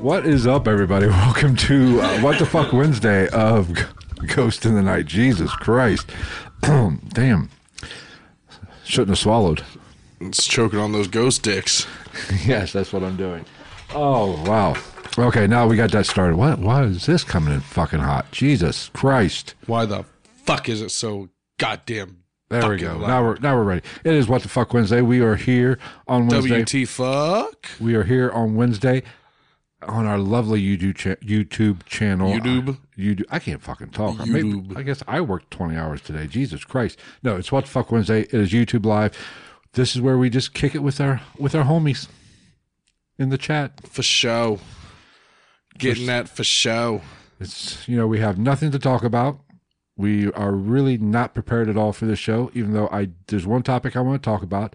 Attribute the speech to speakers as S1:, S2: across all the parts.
S1: What is up, everybody? Welcome to uh, What the Fuck Wednesday of G- Ghost in the Night. Jesus Christ. Damn. Shouldn't have swallowed.
S2: It's choking on those ghost dicks.
S1: yes, that's what I'm doing. Oh, wow. Okay, now we got that started. What? Why is this coming in fucking hot? Jesus Christ.
S2: Why the fuck is it so goddamn?
S1: There we go.
S2: fucking loud?
S1: Now we're now we're ready. It is what the fuck Wednesday. We are here on Wednesday.
S2: WT fuck
S1: We are here on Wednesday on our lovely YouTube cha- YouTube channel.
S2: YouTube?
S1: YouTube. I can't fucking talk. I, maybe-
S2: YouTube.
S1: I guess I worked 20 hours today. Jesus Christ. No, it's what the fuck Wednesday. It is YouTube live. This is where we just kick it with our with our homies in the chat.
S2: for show. Getting that for show.
S1: It's you know, we have nothing to talk about. We are really not prepared at all for this show, even though I there's one topic I want to talk about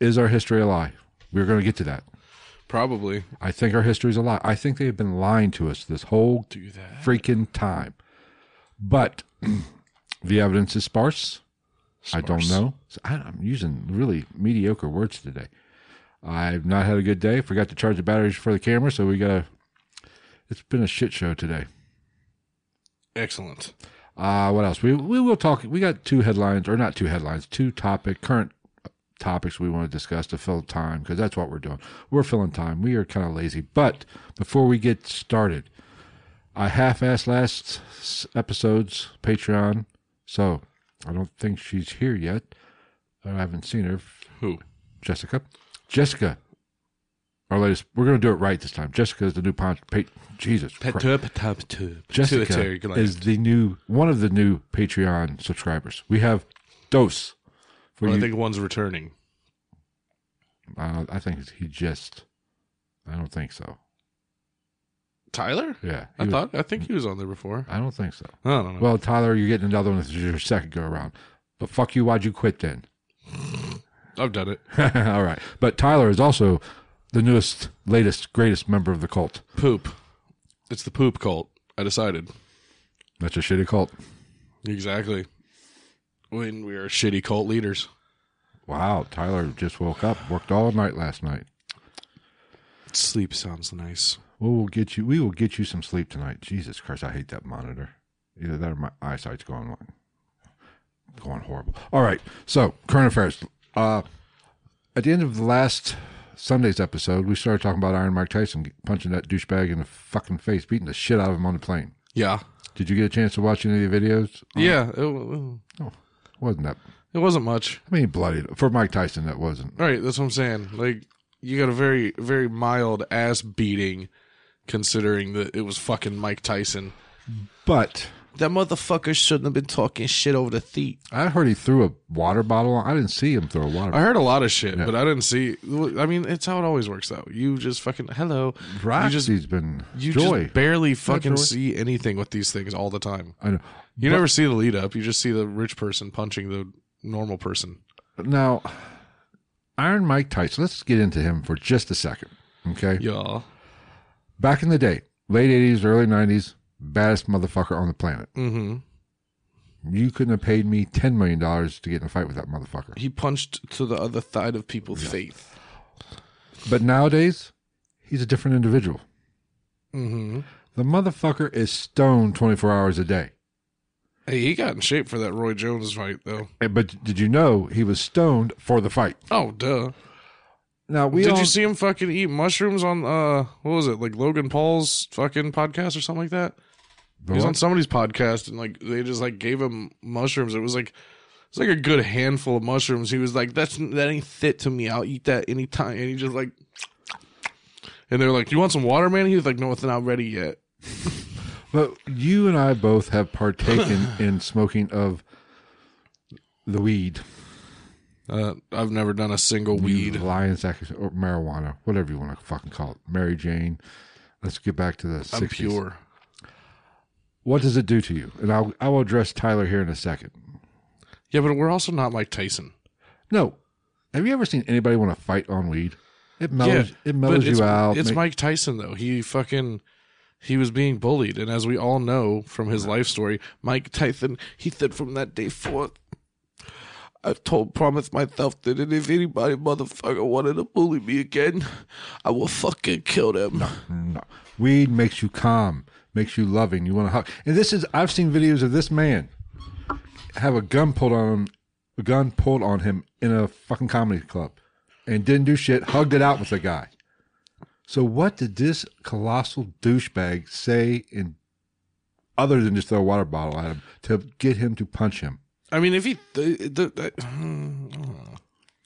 S1: is our history a lie. We're going to get to that.
S2: Probably.
S1: I think our history's a lie. I think they've been lying to us this whole freaking time. But the evidence is sparse. I don't know. So I, I'm using really mediocre words today. I've not had a good day. Forgot to charge the batteries for the camera, so we got to. It's been a shit show today.
S2: Excellent.
S1: Uh, what else? We we will talk. We got two headlines, or not two headlines, two topic current topics we want to discuss to fill time because that's what we're doing. We're filling time. We are kind of lazy. But before we get started, I half-assed last s- episode's Patreon, so I don't think she's here yet. I haven't seen her.
S2: Who?
S1: Jessica. Jessica. Our latest. We're going to do it right this time. Jessica is the new pon- pa- Jesus. Christ. Jessica is the new one of the new Patreon subscribers. We have Dos. For
S2: I
S1: you,
S2: think one's returning.
S1: uh, I think he just. I don't think so.
S2: Tyler?
S1: Yeah,
S2: I
S1: he was-
S2: thought. I think he was on there before.
S1: I don't think so.
S2: I don't know.
S1: Well, Tyler, you're getting another one. This is your second go around. But fuck you. Why'd you quit then?
S2: I've done it.
S1: All right. But Tyler is also the newest, latest, greatest member of the cult.
S2: Poop. It's the poop cult. I decided.
S1: That's a shitty cult.
S2: Exactly. When we are shitty cult leaders.
S1: Wow. Tyler just woke up. Worked all night last night.
S2: Sleep sounds nice.
S1: Well, we'll get you. We will get you some sleep tonight. Jesus Christ, I hate that monitor. Either that or my eyesight's going going horrible. All right. So current affairs. Uh, at the end of the last Sunday's episode, we started talking about Iron Mike Tyson punching that douchebag in the fucking face, beating the shit out of him on the plane.
S2: Yeah.
S1: Did you get a chance to watch any of the videos?
S2: Yeah. Oh, It,
S1: Wasn't that?
S2: it wasn't much.
S1: I mean, bloody for Mike Tyson, that wasn't.
S2: All right, that's what I'm saying. Like you got a very very mild ass beating considering that it was fucking Mike Tyson.
S1: But
S2: That motherfucker shouldn't have been talking shit over the feet.
S1: I heard he threw a water bottle. I didn't see him throw a water.
S2: I
S1: bottle.
S2: heard a lot of shit, but I didn't see I mean, it's how it always works though. You just fucking hello.
S1: Roxy's
S2: you just
S1: been
S2: you
S1: joy.
S2: just barely
S1: Joy?
S2: fucking see anything with these things all the time.
S1: I know.
S2: You never see the lead up. You just see the rich person punching the normal person.
S1: Now, Iron Mike Tyson, let's get into him for just a second. Okay.
S2: Yeah.
S1: Back in the day, late 80s, early 90s, baddest motherfucker on the planet.
S2: Mhm.
S1: You couldn't have paid me $10 million to get in a fight with that motherfucker.
S2: He punched to the other side of people's faith.
S1: But nowadays, he's a different individual.
S2: Mhm.
S1: The motherfucker is stoned 24 hours a day.
S2: Hey, he got in shape for that Roy Jones fight, though.
S1: Eh, But did you know he was stoned for the fight?
S2: Oh, duh.
S1: Now, we
S2: Did
S1: all,
S2: you see him fucking eat mushrooms on, uh, what was it, like Logan Paul's fucking podcast or something like that? He was on somebody's podcast and, like, they just, like, gave him mushrooms. It was like, it's like a good handful of mushrooms. He was like, that's, that ain't fit to me. I'll eat that anytime. And he just, like, and they're like, do you want some water, man? He was like, no, it's not ready yet.
S1: But you and I both have partaken in smoking of the weed,
S2: Uh, I've never done a single weed.
S1: lion's sack, or marijuana, whatever you want to fucking call it, Mary Jane. Let's get back to the
S2: I'm
S1: 60s.
S2: pure.
S1: What does it do to you? And I'll I will address Tyler here in a second.
S2: Yeah, but we're also not Mike Tyson.
S1: No, have you ever seen anybody want to fight on weed? It mellows
S2: yeah,
S1: it
S2: but
S1: mellows
S2: it's,
S1: you out.
S2: It's
S1: ma-
S2: Mike Tyson though. He fucking he was being bullied, and as we all know from his life story, Mike Tyson he said from that day forth, I've told promised myself that if anybody motherfucker wanted to bully me again, I will fucking kill them.
S1: No. Weed makes you calm, makes you loving. You want to hug. And this is I've seen videos of this man have a gun pulled on him, a gun pulled on him in a fucking comedy club and didn't do shit, hugged it out with the guy. So what did this colossal douchebag say in other than just throw a water bottle at him to get him to punch him?
S2: I mean, if he, the, the, the-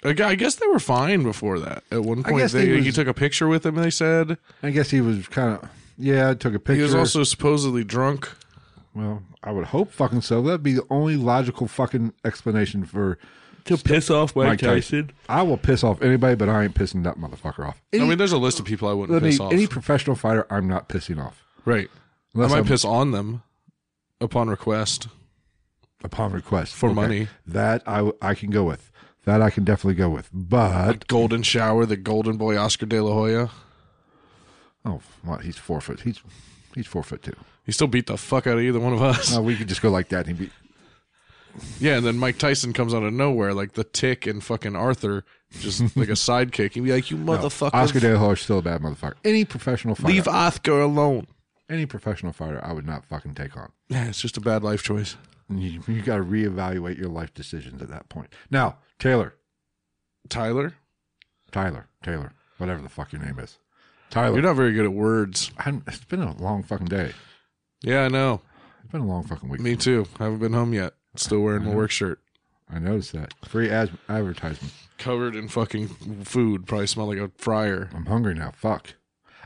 S2: I gu- I guess they were fine before that. At one
S1: I
S2: point,
S1: guess they
S2: they,
S1: was-
S2: he took a picture with him. They said
S1: I guess he was kind of yeah, took a picture.
S2: he was also supposedly drunk.
S1: well, I would hope fucking so. That'd be the only logical fucking explanation for
S3: To piss off Mike,
S1: Mike Tyson.
S3: Tyson.
S1: I will piss off anybody, but I ain't pissing that motherfucker off. Any,
S2: I mean, there's a list of people I wouldn't
S1: let me-
S2: piss off.
S1: any professional fighter, I'm not pissing off.
S2: Right.
S1: Unless
S2: I might
S1: I'm-
S2: piss on them upon request.
S1: Upon request.
S2: For money.
S1: That I, w- I can go with. That I can definitely go with. But,
S2: Golden Shower, the Golden Boy Oscar De La Hoya.
S1: oh, what? He's four foot. He's he's four foot two.
S2: He still beat the fuck out of either one of us.
S1: No, we could just go like that. And he'd be,
S2: Yeah, and then Mike Tyson comes out of nowhere, like the tick and fucking Arthur, just like a sidekick. He'd be like, You motherfucker.
S1: oh, Oscar De La Hoya is still a bad motherfucker. Any professional fighter.
S2: leave Oscar alone.
S1: Any professional fighter, I would not fucking take on.
S2: Yeah, it's just a bad life choice.
S1: You, you got to reevaluate your life decisions at that point. Now, Taylor,
S2: Tyler?
S1: Tyler, Taylor, whatever the fuck your name is. Tyler.
S2: You're not very good at words.
S1: I'm, it's been a long fucking day.
S2: Yeah, I know.
S1: It's been a long fucking week.
S2: Me too. I haven't been home yet. Still wearing my work shirt.
S1: I noticed that. Free ad- advertisement.
S2: Covered in fucking food. Probably smell like a fryer.
S1: I'm hungry now. Fuck.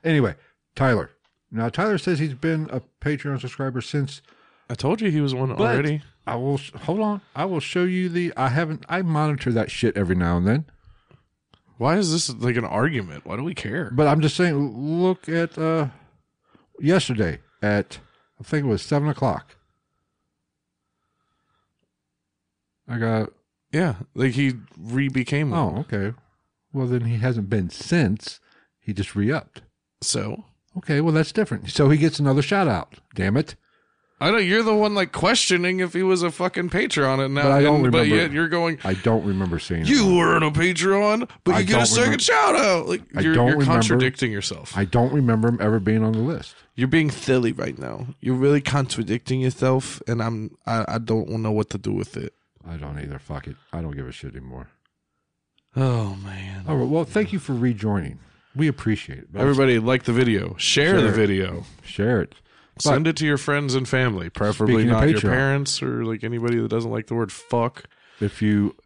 S1: Anyway, Tyler. Now, Tyler says he's been a Patreon subscriber since.
S2: I told you he was one already.
S1: I will sh- hold on. I will show you the. I haven't. I monitor that shit every now and then.
S2: Why is this like an argument? Why do we care?
S1: But I'm just saying. Look at uh, yesterday at I think it was seven o'clock. I got.
S2: yeah, like he re-became one.
S1: Oh, okay. Well, then he hasn't been since. He just re upped.
S2: So
S1: Okay, well that's different. So he gets another shout out. Damn it!
S2: I know you're the one like questioning if he was a fucking Patreon, and now,
S1: But I don't
S2: and- but
S1: remember.
S2: yet you're going.
S1: I don't remember seeing it.
S2: You weren't a Patreon, but
S1: I
S2: you get
S1: don't
S2: a second
S1: remember-
S2: shout out. Like
S1: I
S2: you're,
S1: don't
S2: you're
S1: remember.
S2: contradicting yourself.
S1: I don't remember him ever being on the list.
S2: you're being silly right now. You're really contradicting yourself, and I'm I, I don't know what to do with it.
S1: I don't either. Fuck it. I don't give a shit anymore.
S2: Oh man!
S1: All right. Well, thank you for rejoining. We appreciate it.
S2: Everybody like the video, share the
S1: Share.
S2: video,
S1: share it.
S2: send it to your friends and family, preferably
S1: Speaking of
S2: not your
S1: Patreon.
S2: parents or like anybody that doesn't like the word fuck.
S1: If you,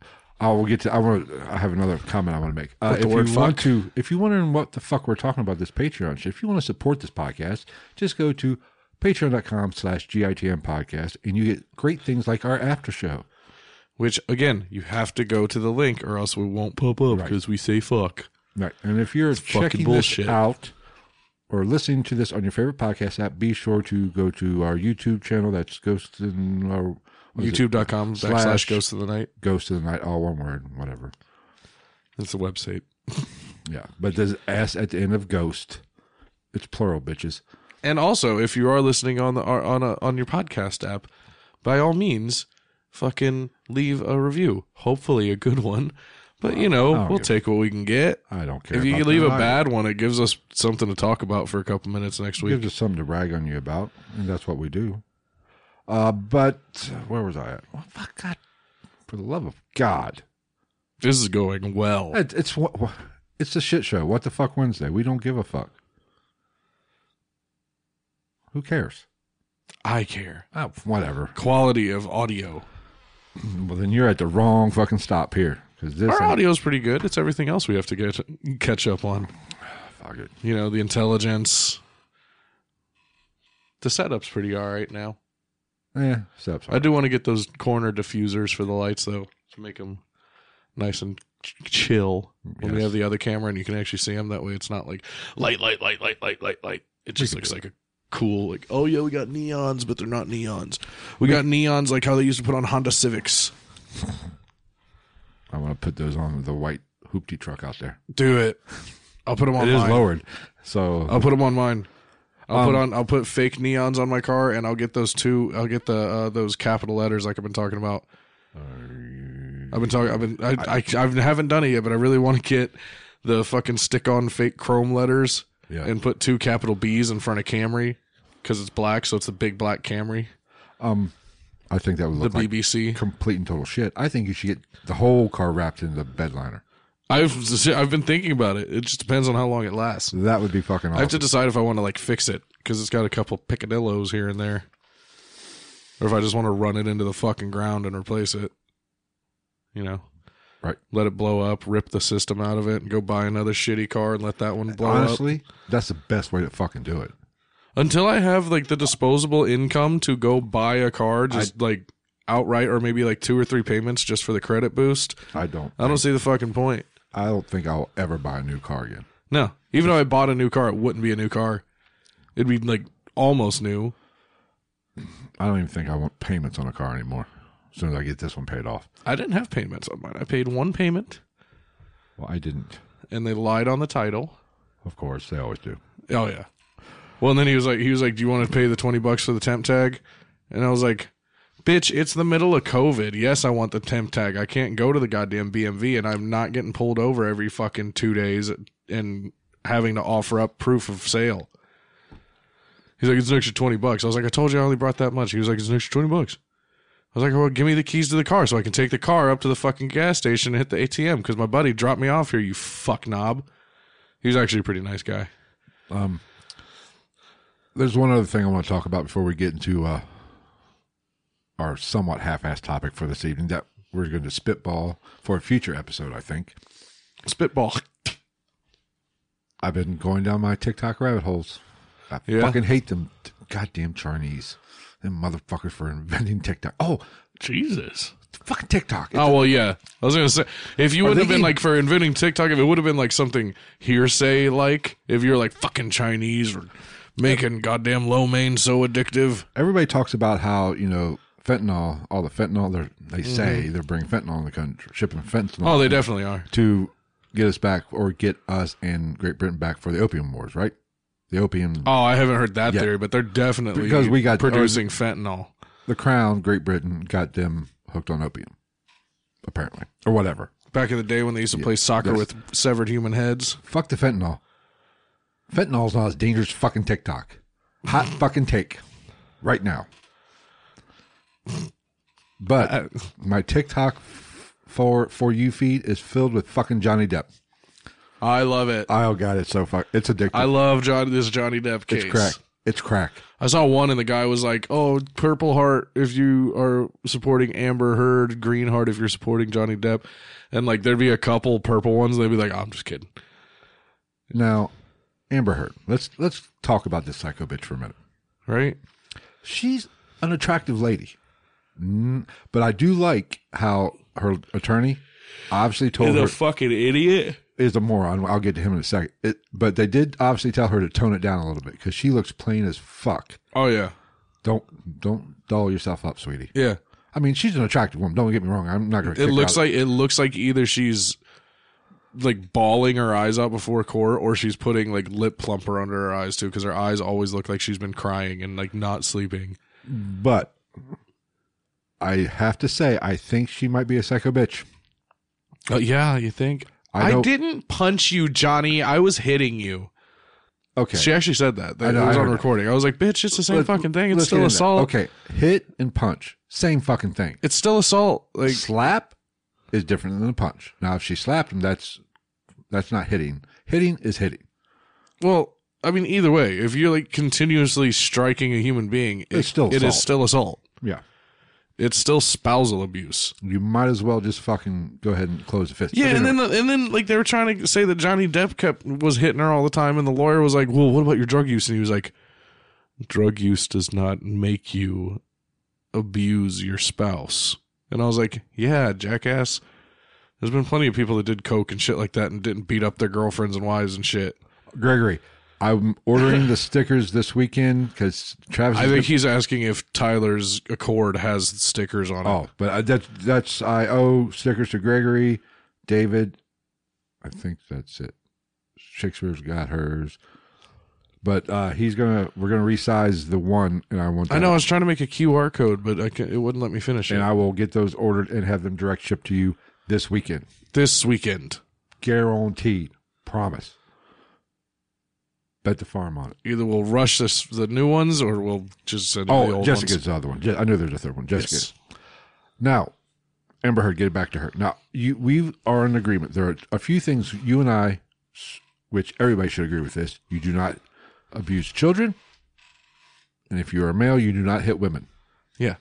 S1: I will get to. I want. to. I have another comment I want to make. Uh,
S2: Put the
S1: if you
S2: word
S1: want
S2: fuck.
S1: to, if you're wondering what the fuck we're talking about this Patreon shit, if you want to support this podcast, just go to patreon.com/slash gitm podcast, and you get great things like our after show.
S2: Which again, you have to go to the link or else we won't pop up because we say fuck.
S1: Right. And if you're
S2: fucking
S1: checking
S2: bullshit.
S1: this out or listening to this on your favorite podcast app, be sure to go to our YouTube channel. That's Ghost in or what is it?
S2: YouTube.com
S1: Slash-
S2: backslash ghost of the night.
S1: Ghost of the Night, all one word, whatever.
S2: That's the website.
S1: Yeah. But there's S at the end of Ghost. It's plural, bitches.
S2: And also, if you are listening on the uh, on a, on your podcast app, by all means, fucking leave a review. Hopefully, a good one. But you
S1: I
S2: know,
S1: don't
S2: we'll
S1: give a-
S2: take what we can get.
S1: I don't care.
S2: If you
S1: about
S2: leave
S1: that.
S2: a
S1: I-
S2: bad one, it gives us something to talk about for a couple minutes next
S1: Gives
S2: week.
S1: us something to rag on you about, and that's what we do. Uh, but where was I at? Oh, fuck God! For the love of God,
S2: This is going well.
S1: It- it's what what- it's a shit show. What the fuck Wednesday? We don't give a fuck. Who cares?
S2: I care.
S1: Oh, whatever.
S2: Quality of audio.
S1: Well, then you're at the wrong fucking stop here because this
S2: Our
S1: ain't-
S2: audio's pretty good. It's everything else we have to get catch up on.
S1: fuck it.
S2: you know the intelligence The setup's pretty all right now.
S1: Yeah, steps.
S2: I do want to get those corner diffusers for the lights though to make them nice and ch- chill when we
S1: Yes.
S2: have the other camera and you can actually see them. That way, it's not like light, light, light, light, light, light, light. It just
S1: could
S2: looks
S1: do
S2: like a cool like oh yeah we got neons but they're not neons we got neons like how they used to put on honda civics
S1: I want to put those on the white hoopty truck out there.
S2: do it i'll put them on
S1: It is
S2: mine.
S1: lowered, so
S2: I'll put them on mine. I'll
S1: Um,
S2: put on. I'll put fake neons on my car, and I'll get those two. I'll get the uh, those capital letters like I've been talking about. I've been talking. I've been. I, I, I haven't done it yet, but I really want to get the fucking stick-on fake chrome letters
S1: Yeah.
S2: and put two capital B's in front of Camry because it's black, so it's the big black Camry,
S1: um, I think that would
S2: the
S1: look like
S2: BBC.
S1: complete and total shit. I think you should get the whole car wrapped in the bed liner.
S2: I've I've been thinking about it. It just depends on how long it lasts.
S1: That would be fucking
S2: I have to
S1: awesome.
S2: decide if I want to like fix it because it's got a couple picadillos here and there, or if I just want to run it into the fucking ground and replace it. You know,
S1: Right.
S2: Let it blow up, rip the system out of it, and go buy another shitty car and let that one blow up.
S1: Honestly, that's the best way to fucking do it.
S2: Until I have like the disposable income to go buy a car, just like outright, or maybe like two or three payments just for the credit boost.
S1: I don't.
S2: I don't see the fucking point.
S1: I don't think I'll ever buy a new car again.
S2: No, even though I bought a new car, it wouldn't be a new car. It'd be like almost new.
S1: I don't even think I want payments on a car anymore. As soon as I get this one paid off,
S2: I didn't have payments on mine. I paid one payment,
S1: well, I didn't.
S2: and they lied on the title.
S1: Of course, they always do.
S2: Oh yeah. Well, and then he was like, he was like, "Do you want to pay the twenty bucks for the temp tag?" And I was like, "Bitch, it's the middle of COVID. Yes, I want the temp tag. I can't go to the goddamn BMV, and I'm not getting pulled over every fucking two days and having to offer up proof of sale." He's like, "It's an extra twenty bucks." I was like, "I told you I only brought that much." He was like, "It's an extra twenty bucks." I was like, "Well, give me the keys to the car so I can take the car up to the fucking gas station and hit the ATM because my buddy dropped me off here. You fuck knob." He was actually a pretty nice guy.
S1: Um, there's one other thing I want to talk about before we get into uh, our somewhat half-assed topic for this evening that we're going to spitball for a future episode. I think
S2: Spitball.
S1: I've been going down my TikTok rabbit holes. I
S2: Yeah.
S1: fucking hate them t- goddamn Chinese, them motherfuckers for inventing TikTok. Oh,
S2: Jesus.
S1: fucking TikTok! It's
S2: Oh well, yeah. I was gonna say if you
S1: Are
S2: wouldn't
S1: they
S2: have been
S1: gay?
S2: like for inventing TikTok, if it would have been like something hearsay, like if you're like fucking Chinese or making goddamn lo mein so addictive.
S1: everybody talks about how you know fentanyl, all the fentanyl they're, they say they're bringing fentanyl in the country, shipping fentanyl
S2: Mm-hmm. Oh, they definitely are.
S1: to get us back or get us and Great Britain back for the opium wars, right? The opium,
S2: Oh, I haven't heard that
S1: Yeah.
S2: theory, but they're definitely
S1: Because we got-
S2: producing fentanyl.
S1: the crown, Great Britain got them hooked on opium, apparently, or whatever.
S2: Back in the day when they used to play soccer
S1: that's-
S2: with severed human heads.
S1: Fuck the fentanyl. Fentanyl's not as dangerous. as Fucking TikTok, hot fucking take, right now. But my TikTok for for you feed is filled with fucking Johnny Depp.
S2: I love it.
S1: Oh god, it's so fuck. It's addictive.
S2: I love John this Johnny Depp case.
S1: it's crack. It's crack.
S2: I saw one and the guy was like, "Oh, Purple Heart if you are supporting Amber Heard, Green Heart if you're supporting Johnny Depp," and like there'd be a couple purple ones. They'd be like, "I'm just kidding."
S1: Now, Amber Heard. Let's let's talk about this psycho bitch for a minute.
S2: Right?
S1: She's an attractive lady, Mm, but I do like how her attorney obviously told her
S2: fucking idiot.
S1: is a moron. I'll get to him in a second. It, but they did obviously tell her to tone it down a little bit because she looks plain as fuck.
S2: Oh yeah,
S1: Don't don't doll yourself up, sweetie.
S2: yeah.
S1: I mean, she's an attractive woman. Don't get me wrong. I'm not going to.
S2: It looks like it looks like either she's like bawling her eyes out before court, or she's putting like lip plumper under her eyes too, because her eyes always look like she's been crying and like not sleeping.
S1: But I have to say, I think she might be a psycho bitch.
S2: Uh, yeah, you think?
S1: I
S2: I
S1: don't-
S2: didn't punch you, Johnny. I was hitting you.
S1: Okay.
S2: She actually said that. That
S1: I know,
S2: it was
S1: I
S2: on
S1: heard
S2: recording. I was like, bitch, it's the same
S1: Let-
S2: fucking thing. It's
S1: let's
S2: still
S1: get into that.
S2: assault.
S1: Okay, hit and punch, same fucking thing.
S2: It's still assault. Like
S1: slap is different than a punch. Now, if she slapped him, that's that's not hitting. Hitting is hitting.
S2: well, I mean, either way, if you're like continuously striking a human being, it-
S1: It's still
S2: it
S1: assault.
S2: is still assault.
S1: Yeah,
S2: It's still spousal abuse.
S1: you might as well just fucking go ahead and close the fist.
S2: Yeah,
S1: But
S2: and then
S1: anyway,
S2: and then like they were trying to say that Johnny Depp kept was hitting her all the time, and the lawyer was like, "Well, what about your drug use?" And he was like, drug use does not make you abuse your spouse. And I was like, yeah, jackass. There's been plenty of people that did coke and shit like that and didn't beat up their girlfriends and wives and shit.
S1: Gregory, I'm ordering the stickers this weekend because Travis.
S2: I
S1: is
S2: think he's asking if Tyler's Accord has stickers on it.
S1: gonna- oh, but I, that's that's I owe stickers to Gregory, David. I think that's it. Shakespeare's got hers, but uh, he's gonna we're gonna resize the one, and I want.
S2: I
S1: that.
S2: know I was trying to make a QR code, but I can, it wouldn't let me finish it.
S1: and I will get those ordered and have them direct shipped to you this weekend,
S2: this weekend,
S1: guaranteed. Promise. Bet the farm on it.
S2: either we'll rush this the new ones or we'll just send the
S1: Oh,
S2: old
S1: Jessica's
S2: ones.
S1: the other one. Je- I know there's a third one. Jessica.
S2: Yes.
S1: Now, Amber Heard, get it back to her. Now, you, we are in agreement. There are a few things you and I, s- which everybody should agree with this. You do not abuse children, and if you are a male, you do not hit women.
S2: Yeah.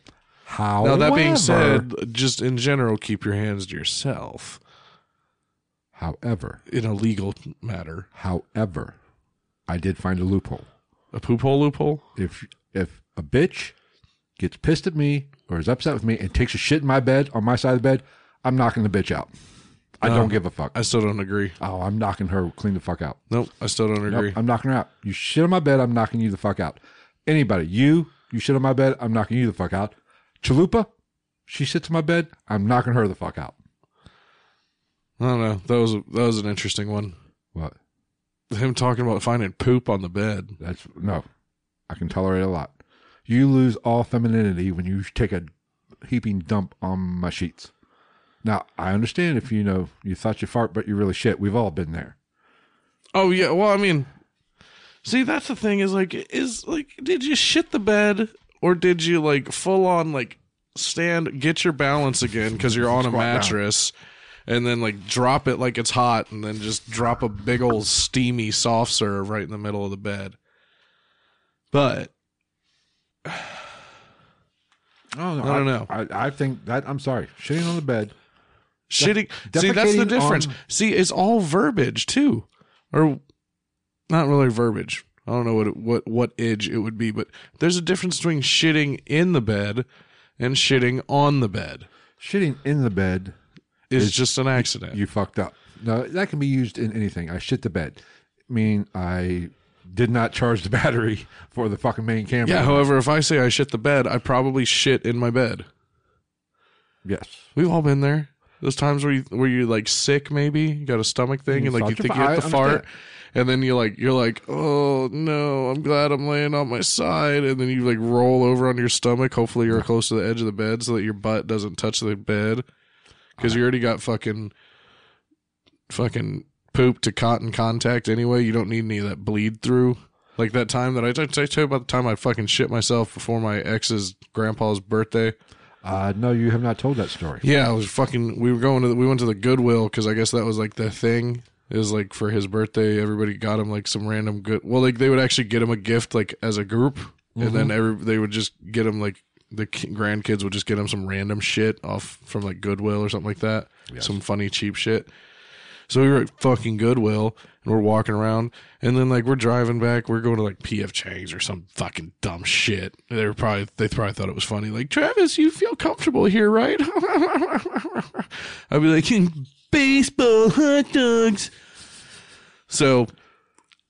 S1: How?
S2: Now that being said, just in general, keep your hands to yourself
S1: however,
S2: in a legal matter.
S1: however, I did find a loophole.
S2: A poop hole loophole.
S1: If if a bitch gets pissed at me or is upset with me and takes a shit in my bed on my side of the bed, I'm knocking the bitch out. I
S2: No.
S1: don't give a fuck.
S2: I still don't agree.
S1: Oh, I'm knocking her clean the fuck out.
S2: Nope, I still don't
S1: Nope,
S2: agree.
S1: I'm knocking her out. You shit on my bed, I'm knocking you the fuck out. Anybody, you, you shit on my bed, I'm knocking you the fuck out. Chalupa, she sits on my bed, I'm knocking her the fuck out.
S2: I don't know. That was that was an interesting one.
S1: What?
S2: Him talking about finding poop on the bed.
S1: That's no. I can tolerate a lot. You lose all femininity when you take a heaping dump on my sheets. Now, I understand if you know you thought you fart, but you really shit. We've all been there.
S2: Oh yeah. Well, I mean, see, that's the thing is like, is like, did you shit the bed or did you like full on like stand, get your balance again because you're on a
S1: Squat down.
S2: mattress, and then like drop it like it's hot, and then just drop a big old steamy soft serve right in the middle of the bed. But
S1: Oh, no,
S2: I don't know.
S1: I, I think that I'm sorry. Shitting on the bed.
S2: shitting. See, that's the
S1: defecating
S2: difference.
S1: on-
S2: See, it's all verbiage too, or not really verbiage. I don't know what it, what what edge it would be, but there's a difference between shitting in the bed and shitting on the bed.
S1: Shitting in the bed
S2: Is just an accident.
S1: you fucked up. No, that can be used in anything. I shit the bed. I mean, I did not charge the battery for the fucking main camera.
S2: yeah. However, if I say I shit the bed, I probably shit in my bed.
S1: yes.
S2: We've all been there. Those times where you where you like sick, maybe you got a stomach thing,
S1: You
S2: and like
S1: thought
S2: you
S1: you-
S2: think you
S1: I
S2: have to fart,
S1: understand.
S2: and then you like you're like, oh no, I'm glad I'm laying on my side, and then you like roll over on your stomach. Hopefully, you're close to the edge of the bed so that your butt doesn't touch the bed, because you already got fucking fucking poop to cotton contact anyway. You don't need any of that bleed through. Like that time that I, I told you about the time I fucking shit myself before my ex's grandpa's birthday.
S1: Uh, no, you have not told that story.
S2: Yeah, I was fucking. We were going to the, we went to the Goodwill because I guess that was like the thing. It was like for his birthday, everybody got him like some random good. Well, like they would actually get him a gift like as a group, and then every they would just get him like the ki- grandkids would just get him some random shit off from like Goodwill or something like that. Some funny cheap shit. So we were at fucking Goodwill and we're walking around and then like we're driving back, we're going to like PF Chang's or some fucking dumb shit. They were probably they probably thought it was funny. Like, Travis, you feel comfortable here, right? I'd be like, baseball hot dogs. So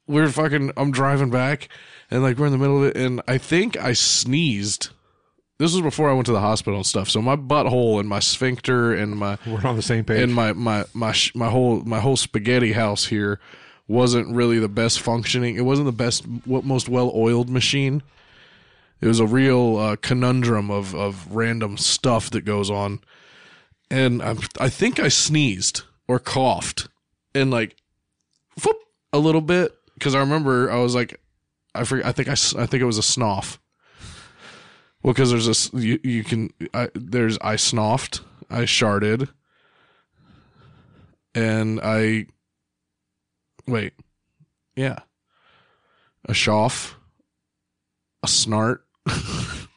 S2: we're fucking I'm driving back and like we're in the middle of it and I think I sneezed. This was before I went to the hospital and stuff. So my butthole and my sphincter and my
S1: We're on the same page.
S2: and my my my sh- my whole my whole spaghetti house here wasn't really the best functioning. It wasn't the best what most well oiled machine. It was a real uh, conundrum of of random stuff that goes on, and I I think I sneezed or coughed and like, whoop, a little bit because I remember I was like, I forget, I think I s- I think it was a snoff. Well, because there's a s- you, you can I, there's I snoffed, I sharded, and I wait, yeah, a shoff, a snart,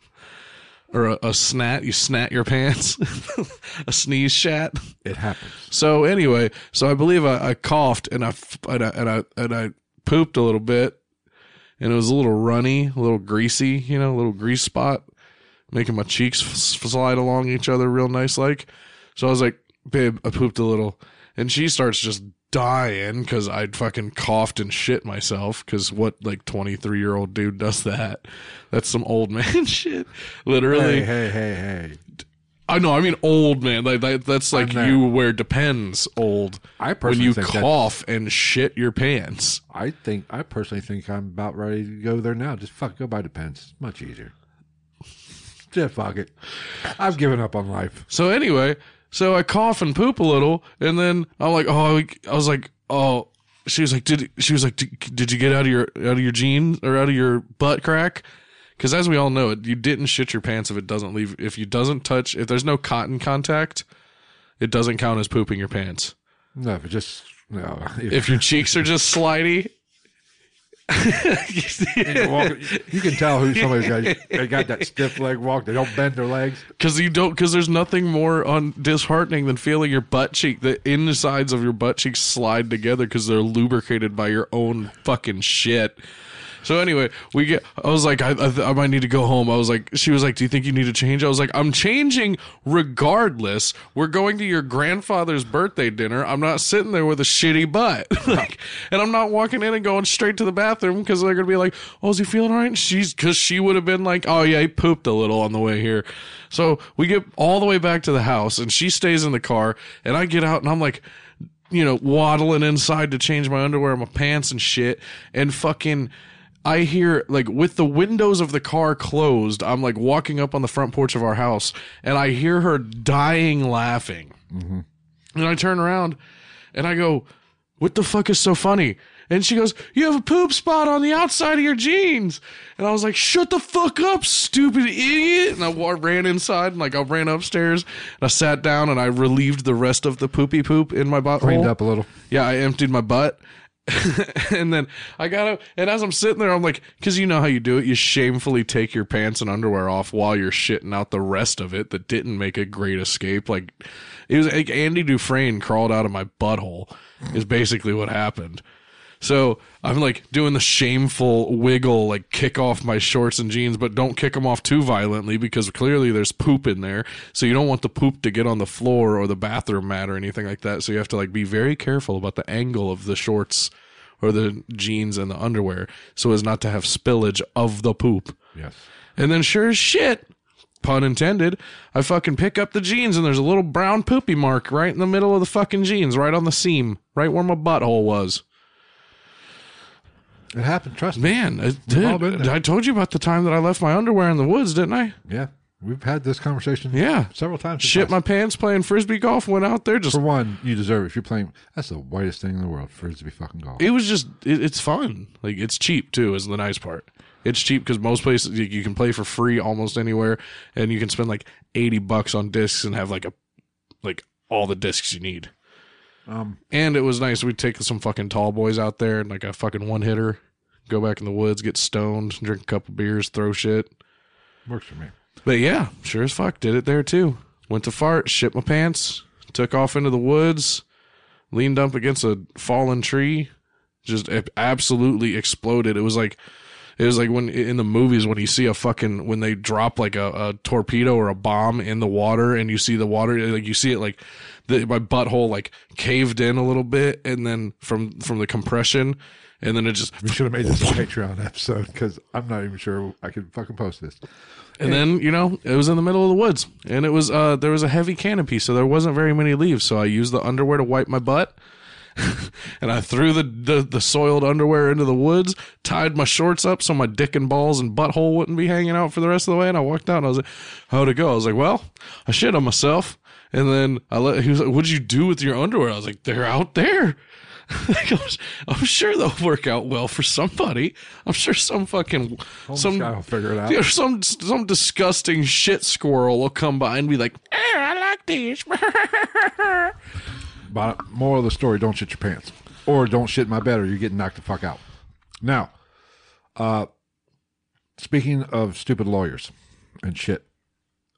S2: or a, a snat. You snat your pants, a sneeze shat.
S1: it happens.
S2: So anyway, so I believe I, I coughed and I f- and I, and I and I pooped a little bit, and it was a little runny, a little greasy, you know, a little grease spot, making my cheeks f- slide along each other real nice like. So I was like, babe, I pooped a little. And she starts just dying because I fucking coughed and shit myself. Because what, like, 23 year old dude does that? That's some old man shit. Literally.
S1: Hey, hey, hey, hey.
S2: I know. I mean, old man. Like that, that's like
S1: there.
S2: you wear depends old.
S1: I
S2: when
S1: personally
S2: you
S1: think that-
S2: cough and shit your pants.
S1: I think I personally think I'm about ready to go there now. Just fuck, go buy Depends. It's much easier. Just fuck it. I've given up on life.
S2: So anyway, so I cough and poop a little, and then I'm like, oh, I was like, oh. She was like, did she was like, did did you get out of your out of your jeans or out of your butt crack? Because as we all know, it you didn't shit your pants if it doesn't leave if you doesn't touch if there's no cotton contact, it doesn't count as pooping your pants.
S1: No, if it just no. If,
S2: If your cheeks are just slidey,
S1: you, walk, you can tell who somebody's got. They got that stiff leg walk. They don't bend their legs.
S2: Because you don't. Because there's nothing more un- disheartening than feeling your butt cheek, the insides of your butt cheeks slide together because they're lubricated by your own fucking shit. So anyway, we get. I was like, I, I, th- I might need to go home. I was like, she was like, do you think you need to change? I was like, I'm changing regardless. We're going to your grandfather's birthday dinner. I'm not sitting there with a shitty butt, like, and I'm not walking in and going straight to the bathroom because they're gonna be like, oh, is he feeling all right? And she's because she would have been like, oh yeah, he pooped a little on the way here. So we get all the way back to the house, and she stays in the car, and I get out, and I'm like you know, waddling inside to change my underwear and my pants and shit. And fucking, I hear, like, with the windows of the car closed, I'm like walking up on the front porch of our house and I hear her dying laughing. And I turn around and I go, What the fuck is so funny? And she goes, You have a poop spot on the outside of your jeans. And I was like, Shut the fuck up, stupid idiot. And I wa- ran inside and like I ran upstairs and I sat down and I relieved the rest of the poopy poop in my butthole.
S1: Cleaned up a little.
S2: Yeah, I emptied my butt. and then I got up, and as I'm sitting there, I'm like, because you know how you do it. You shamefully take your pants and underwear off while you're shitting out the rest of it that didn't make a great escape. Like, it was like Andy Dufresne crawled out of my butthole, is basically what happened. So I'm like doing the shameful wiggle, like kick off my shorts and jeans, but don't kick them off too violently because clearly there's poop in there. So you don't want the poop to get on the floor or the bathroom mat or anything like that. So you have to like be very careful about the angle of the shorts or the jeans and the underwear so as not to have spillage of the poop.
S1: Yes.
S2: And then sure as shit, pun intended, I fucking pick up the jeans and there's a little brown poopy mark right in the middle of the fucking jeans, right on the seam, right where my butthole was.
S1: It happened. Trust me.
S2: Man, it
S1: all been
S2: did.
S1: there.
S2: I told you about the time that I left my underwear in the woods, didn't I?
S1: Yeah. We've had this conversation.
S2: Yeah.
S1: Several times.
S2: Shit my pants playing frisbee golf, went out there just.
S1: For one, you deserve it. If you're playing, that's the whitest thing in the world for it to be fucking golf.
S2: It was just, it, it's fun. Like, it's cheap too, is the nice part. It's cheap because most places you, you can play for free almost anywhere, and you can spend like 80 bucks on discs and have like a, like all the discs you need.
S1: Um,
S2: And it was nice. We'd take some fucking tall boys out there and like a fucking one hitter, go back in the woods, get stoned, drink a couple beers, throw shit.
S1: works for me.
S2: But yeah, sure as fuck did it there too. Went to fart, shit my pants, took off into the woods, leaned up against a fallen tree, just ab- absolutely exploded. It was like it was like when in the movies when you see a fucking when they drop like a, a torpedo or a bomb in the water and you see the water like you see it like the, my butthole like caved in a little bit and then from from the compression and then it just
S1: We should have made this a Patreon episode because I'm not even sure I could fucking post this.
S2: And then, you know, it was in the middle of the woods and it was uh there was a heavy canopy, so there wasn't very many leaves. So I used the underwear to wipe my butt. and I threw the, the the soiled underwear into the woods, tied my shorts up so my dick and balls and butthole wouldn't be hanging out for the rest of the way. And I walked out and I was like, "How'd it go?" I was like, "Well, I shit on myself." And then I let he was like, "What'd you do with your underwear?" I was like, "They're out there." Like, I'm, I'm sure they'll work out well for somebody. I'm sure some fucking some
S1: guy will figure it out.
S2: Yeah, some some disgusting shit squirrel will come by and be like, eh, "I like these."
S1: But moral of the story: don't shit your pants, or don't shit in my bed, or you're getting knocked the fuck out. Now, uh, speaking of stupid lawyers and shit,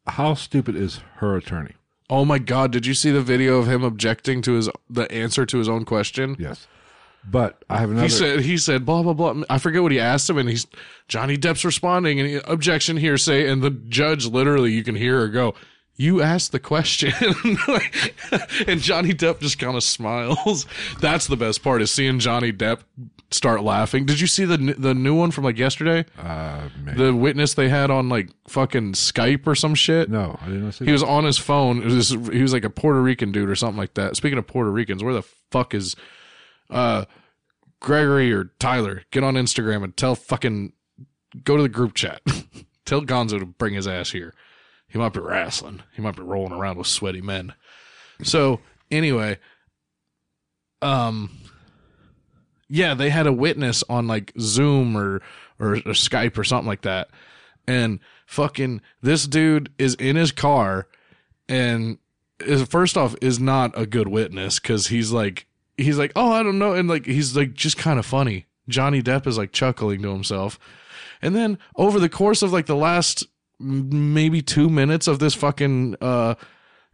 S1: how stupid is her attorney?
S2: Oh my god, did you see the video of him objecting to his the answer to his own question?
S1: Yes, But I have another.
S2: He said, he said, blah, blah, blah. I forget what he asked him. And he's Johnny Depp's responding and he, objection hearsay. And the judge literally, you can hear her go, you asked the question. Like, and Johnny Depp just kind of smiles. That's the best part is seeing Johnny Depp start laughing. Did you see the, n- the new one from like yesterday?
S1: uh, maybe-
S2: The witness they had on like fucking Skype or some shit?
S1: no, I didn't see
S2: He
S1: that.
S2: was on his phone. It was this, he was like a Puerto Rican dude or something like that. Speaking of Puerto Ricans, where the fuck is uh, Gregory or Tyler? Get on Instagram and tell fucking go to the group chat. tell Gonzo to bring his ass here. He might be wrestling. He might be rolling around with sweaty men. So anyway, um, yeah, they had a witness on like Zoom or or, or Skype or something like that and fucking this dude is in his car and is first off is not a good witness because he's like he's like oh i don't know and like he's like just kind of funny johnny depp is like chuckling to himself and then over the course of like the last m- maybe two minutes of this fucking uh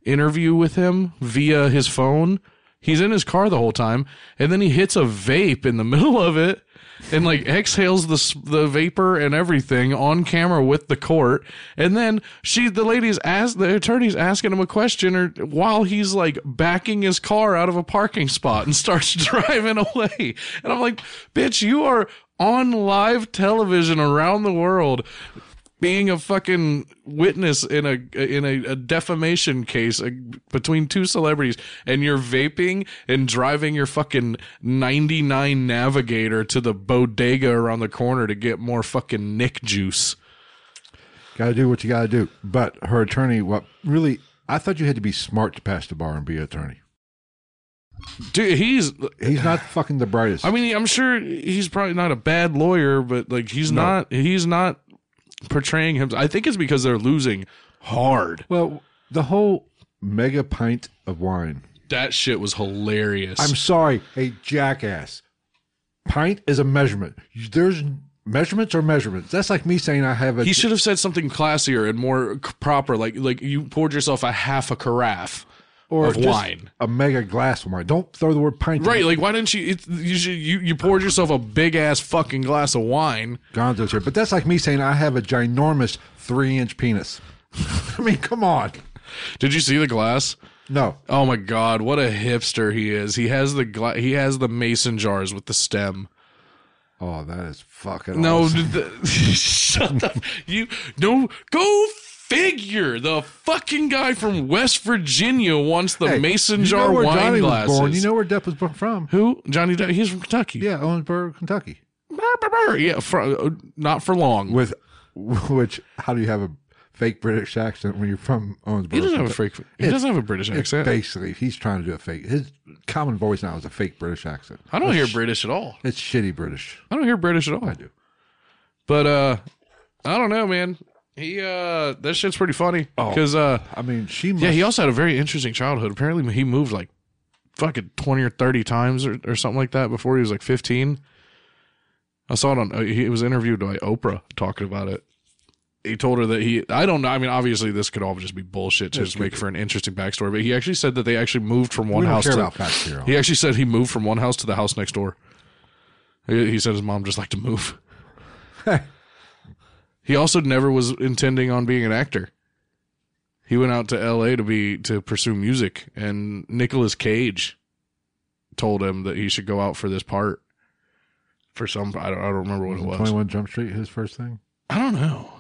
S2: interview with him via his phone he's in his car the whole time and then he hits a vape in the middle of it and like exhales the s- the vapor and everything on camera with the court. And then she, the lady's asked, the attorney's asking him a question, or while he's like backing his car out of a parking spot and starts driving away. And I'm like, bitch, you are on live television around the world. Being a fucking witness in a in a, a defamation case uh, between two celebrities, and you're vaping and driving your fucking 99 Navigator to the bodega around the corner to get more fucking Nick juice.
S1: Got to do what you got to do. But her attorney, what really, I thought you had to be smart to pass the bar and be an attorney.
S2: Dude, he's.
S1: He's not fucking the brightest.
S2: I mean, I'm sure he's probably not a bad lawyer, but like he's not. He's not portraying him. I think it's because they're losing hard.
S1: well, the whole mega pint of wine.
S2: That shit was hilarious.
S1: I'm sorry, hey jackass. Pint is a measurement. There's measurements are measurements. That's like me saying I have a.
S2: he should have said something classier and more c- proper, like like you poured yourself a half a carafe
S1: or
S2: of
S1: just
S2: wine.
S1: a mega glass of wine. Don't throw the word pint. in.
S2: Right, like why didn't you? It, you should you you poured yourself a big ass fucking glass of wine.
S1: Gonzo's here, but that's like me saying I have a ginormous three-inch penis. I mean, come on.
S2: Did you see the glass?
S1: No,
S2: Oh my god, what a hipster he is. He has the gla- he has the mason jars with the stem.
S1: oh, that is fucking.
S2: No,
S1: awesome.
S2: th- th- shut up. You no go figure. The fucking guy from West Virginia wants the
S1: Hey,
S2: mason
S1: you know
S2: jar
S1: where
S2: wine
S1: Johnny
S2: glasses.
S1: Was born. You know where Depp was born from?
S2: who? Johnny Depp. He's from Kentucky.
S1: Yeah, Owensboro, Kentucky.
S2: Brr, brr, brr. Yeah, for, uh, not for long.
S1: With which, how do you have a fake British accent when you're from Owensboro?
S2: he doesn't have a
S1: Kentucky?
S2: freak. He doesn't have a British accent.
S1: Basically, he's trying to do a fake. His common voice now is a fake British accent.
S2: I don't hear British at all.
S1: It's shitty British.
S2: I don't hear British at all. I
S1: do.
S2: But uh I don't know, man. He uh that shit's pretty funny. Because uh
S1: I mean, she. Must,
S2: yeah, he also had a very interesting childhood. Apparently he moved like fucking twenty or thirty times or, or something like that before he was like fifteen. I saw it on uh, he was interviewed by Oprah talking about it. He told her that he I don't know. I mean, obviously this could all just be bullshit to just make for an interesting backstory, but he actually said that they actually moved from one
S1: we don't
S2: house
S1: care
S2: to
S1: about facts here.
S2: he actually said he moved from one house to the house next door. He he said his mom just liked to move. he also never was intending on being an actor. He went out to L.A. to be to pursue music, and Nicolas Cage told him that he should go out for this part. For some, I don't, I don't remember what it was.
S1: Twenty-one Jump Street, his first thing.
S2: I don't know.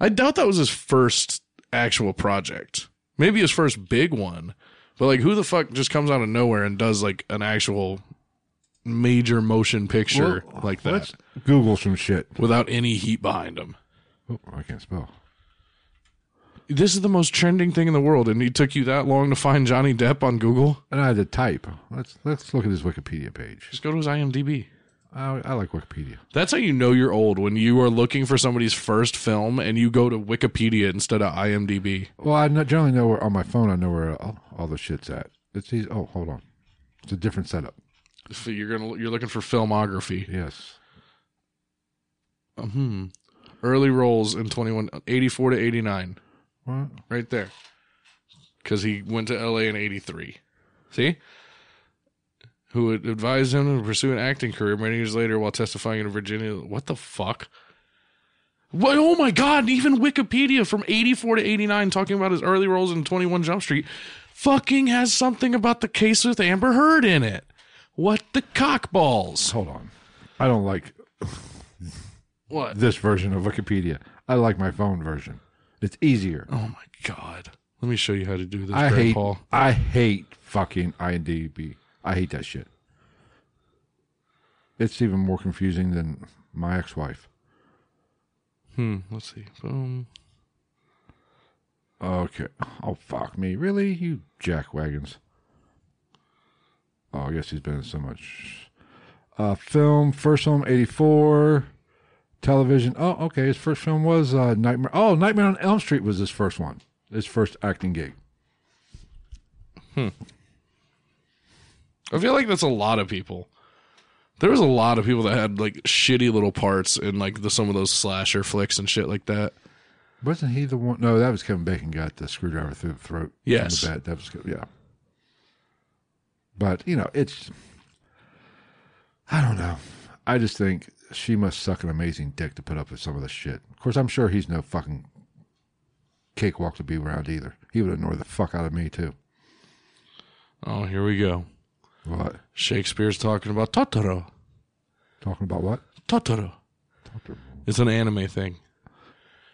S2: I doubt that was his first actual project. Maybe his first big one. But like who the fuck just comes out of nowhere and does like an actual major motion picture
S1: Well,
S2: like that
S1: let's Google some shit.
S2: without any heat behind him?
S1: Oh, I can't spell.
S2: This is the most trending thing in the world and it took you that long to find Johnny Depp on Google?
S1: And I had to type. Let's let's look at his Wikipedia page.
S2: Just go to his IMDb.
S1: I, I like Wikipedia.
S2: That's how you know you're old when you are looking for somebody's first film and you go to Wikipedia instead of IMDb.
S1: Well, I kn- generally know where on my phone. I know where all, all the shit's at. It's these. Oh, hold on. It's a different setup.
S2: If You're gonna you're looking for filmography.
S1: Yes.
S2: hmm Early roles in 21, 84 to 89,
S1: What?
S2: right there. Because he went to LA in 83. See? who had advised him to pursue an acting career many years later while testifying in Virginia. What the fuck? What, oh my God, even Wikipedia from 84 to 89 talking about his early roles in 21 Jump Street fucking has something about the case with Amber Heard in it. What the cockballs?
S1: Hold on. I don't like
S2: What?
S1: this version of Wikipedia. I like my phone version. It's easier.
S2: Oh my God. Let me show you how to do this,
S1: I hate.
S2: Grandpa.
S1: I hate fucking IMDb. I hate that shit. It's even more confusing than my ex-wife.
S2: Hmm, let's see. Boom.
S1: Okay. Oh fuck me, really? You jackwagons. Oh, I guess he's been in so much. Uh, film first film '84, television. Oh, okay. His first film was uh, Nightmare. Oh, Nightmare on Elm Street was his first one. His first acting gig.
S2: I feel like that's a lot of people. There was a lot of people that had like shitty little parts in like the some of those slasher flicks and shit like that.
S1: Wasn't he the one? No, that was Kevin Bacon got the screwdriver through the throat. in
S2: Yes.
S1: the bed. that was good. Yeah. But you know, it's. I don't know. I just think she must suck an amazing dick to put up with some of this shit. Of course, I'm sure he's no fucking cakewalk to be around either. He would annoy the fuck out of me too.
S2: Oh, here we go.
S1: What?
S2: Shakespeare's talking about Totoro.
S1: Talking about what?
S2: Totoro. It's an anime thing.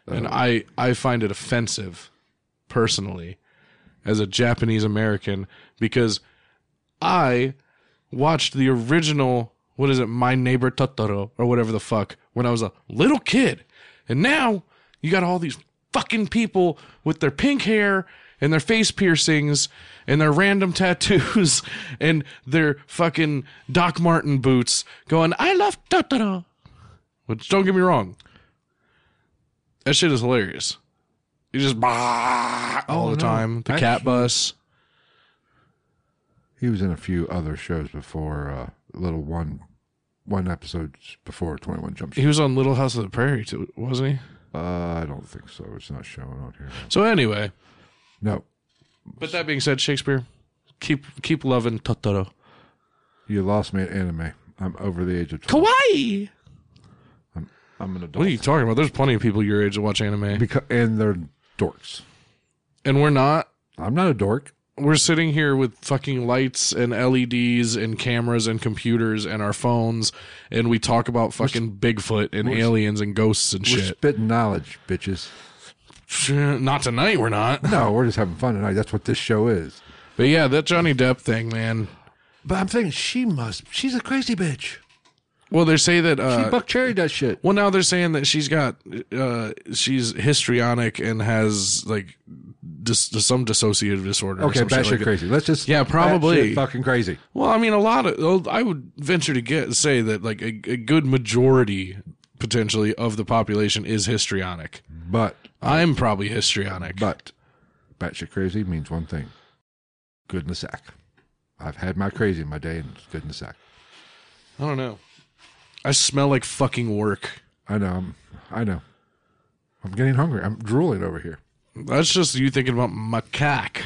S2: And I I find it offensive personally as a Japanese American because I watched the original what is it My Neighbor Totoro or whatever the fuck when I was a little kid. And now you got all these fucking people with their pink hair and their face piercings and their random tattoos and their fucking Doc Martin boots going I love Totoro. Which don't get me wrong, that shit is hilarious. You just bah all
S1: Oh,
S2: the
S1: no.
S2: time. The cat
S1: Actually-
S2: bus.
S1: He was in a few other shows before. Uh, little one, one episode before Twenty One Jump Street.
S2: He was on Little House of the Prairie too, wasn't he?
S1: Uh, I don't think so. It's not showing on here.
S2: So anyway,
S1: No,
S2: but that being said, Shakespeare, keep keep loving Totoro.
S1: You lost me at anime. I'm over the age of 12.
S2: Kawaii.
S1: I'm an adult.
S2: What are you talking about? There's plenty of people your age that watch anime,
S1: Because, and they're dorks.
S2: and we're not.
S1: I'm not a dork.
S2: We're sitting here with fucking lights and LEDs and cameras and computers and our phones, and we talk about fucking Bigfoot and aliens and ghosts and
S1: We're
S2: shit.
S1: spitting knowledge, bitches.
S2: Not tonight, we're not.
S1: No, we're just having fun tonight. That's what this show is.
S2: But yeah, that Johnny Depp thing, man.
S1: But I'm thinking she must. She's a crazy bitch.
S2: Well, they say that.
S1: She
S2: Uh,
S1: buck cherry that shit.
S2: well, now they're saying that she's got, uh, she's histrionic and has like dis- some dissociative disorder. or
S1: Okay,
S2: some shit
S1: batshit
S2: like that.
S1: crazy. Let's just
S2: Yeah, probably.
S1: batshit fucking crazy.
S2: Well, I mean, a lot of I would venture to get say that like a, a good majority potentially of the population is histrionic.
S1: But
S2: I'm probably histrionic.
S1: but batshit crazy means one thing: good in the sack. I've had my crazy in my day, and it's good in the sack.
S2: I don't know. I smell like fucking work.
S1: I know. I'm, I know. I'm getting hungry. I'm drooling over here.
S2: That's just you thinking about macaque.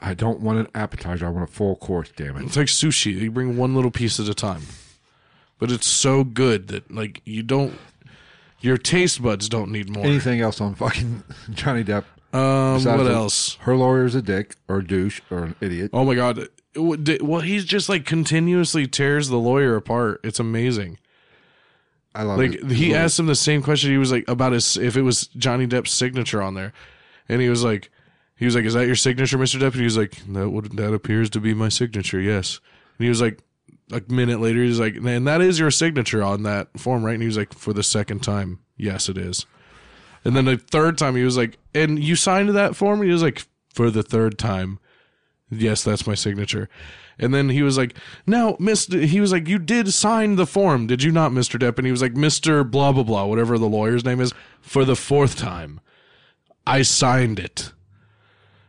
S1: I don't want an appetizer. I want a full course. Damn it!
S2: It's like sushi. You bring one little piece at a time. But it's so good that like you don't your taste buds don't need more.
S1: Anything else on fucking Johnny Depp?
S2: Um
S1: besides
S2: what
S1: the-
S2: else?
S1: Her lawyer's a dick or a douche or an idiot.
S2: Oh my god. What did- Well, he's just like continuously tears the lawyer apart. It's amazing.
S1: I love
S2: Like
S1: his-
S2: he
S1: his
S2: asked him the same question he was like about his if it was Johnny Depp's signature on there. And he was like he was like, Is that your signature, Mr. Depp? And he was like, That would that appears to be my signature, yes. And he was like a minute later he's like, and that is your signature on that form, right? And he was like, For the second time, yes it is. And then the third time he was like, And you signed that form? And he was like, For the third time. Yes, that's my signature. And then he was like, "Now, Mr." He was like, "You did sign the form, did you not, Mister Depp?" And he was like, "Mister blah blah blah, whatever the lawyer's name is." For the fourth time, I signed it,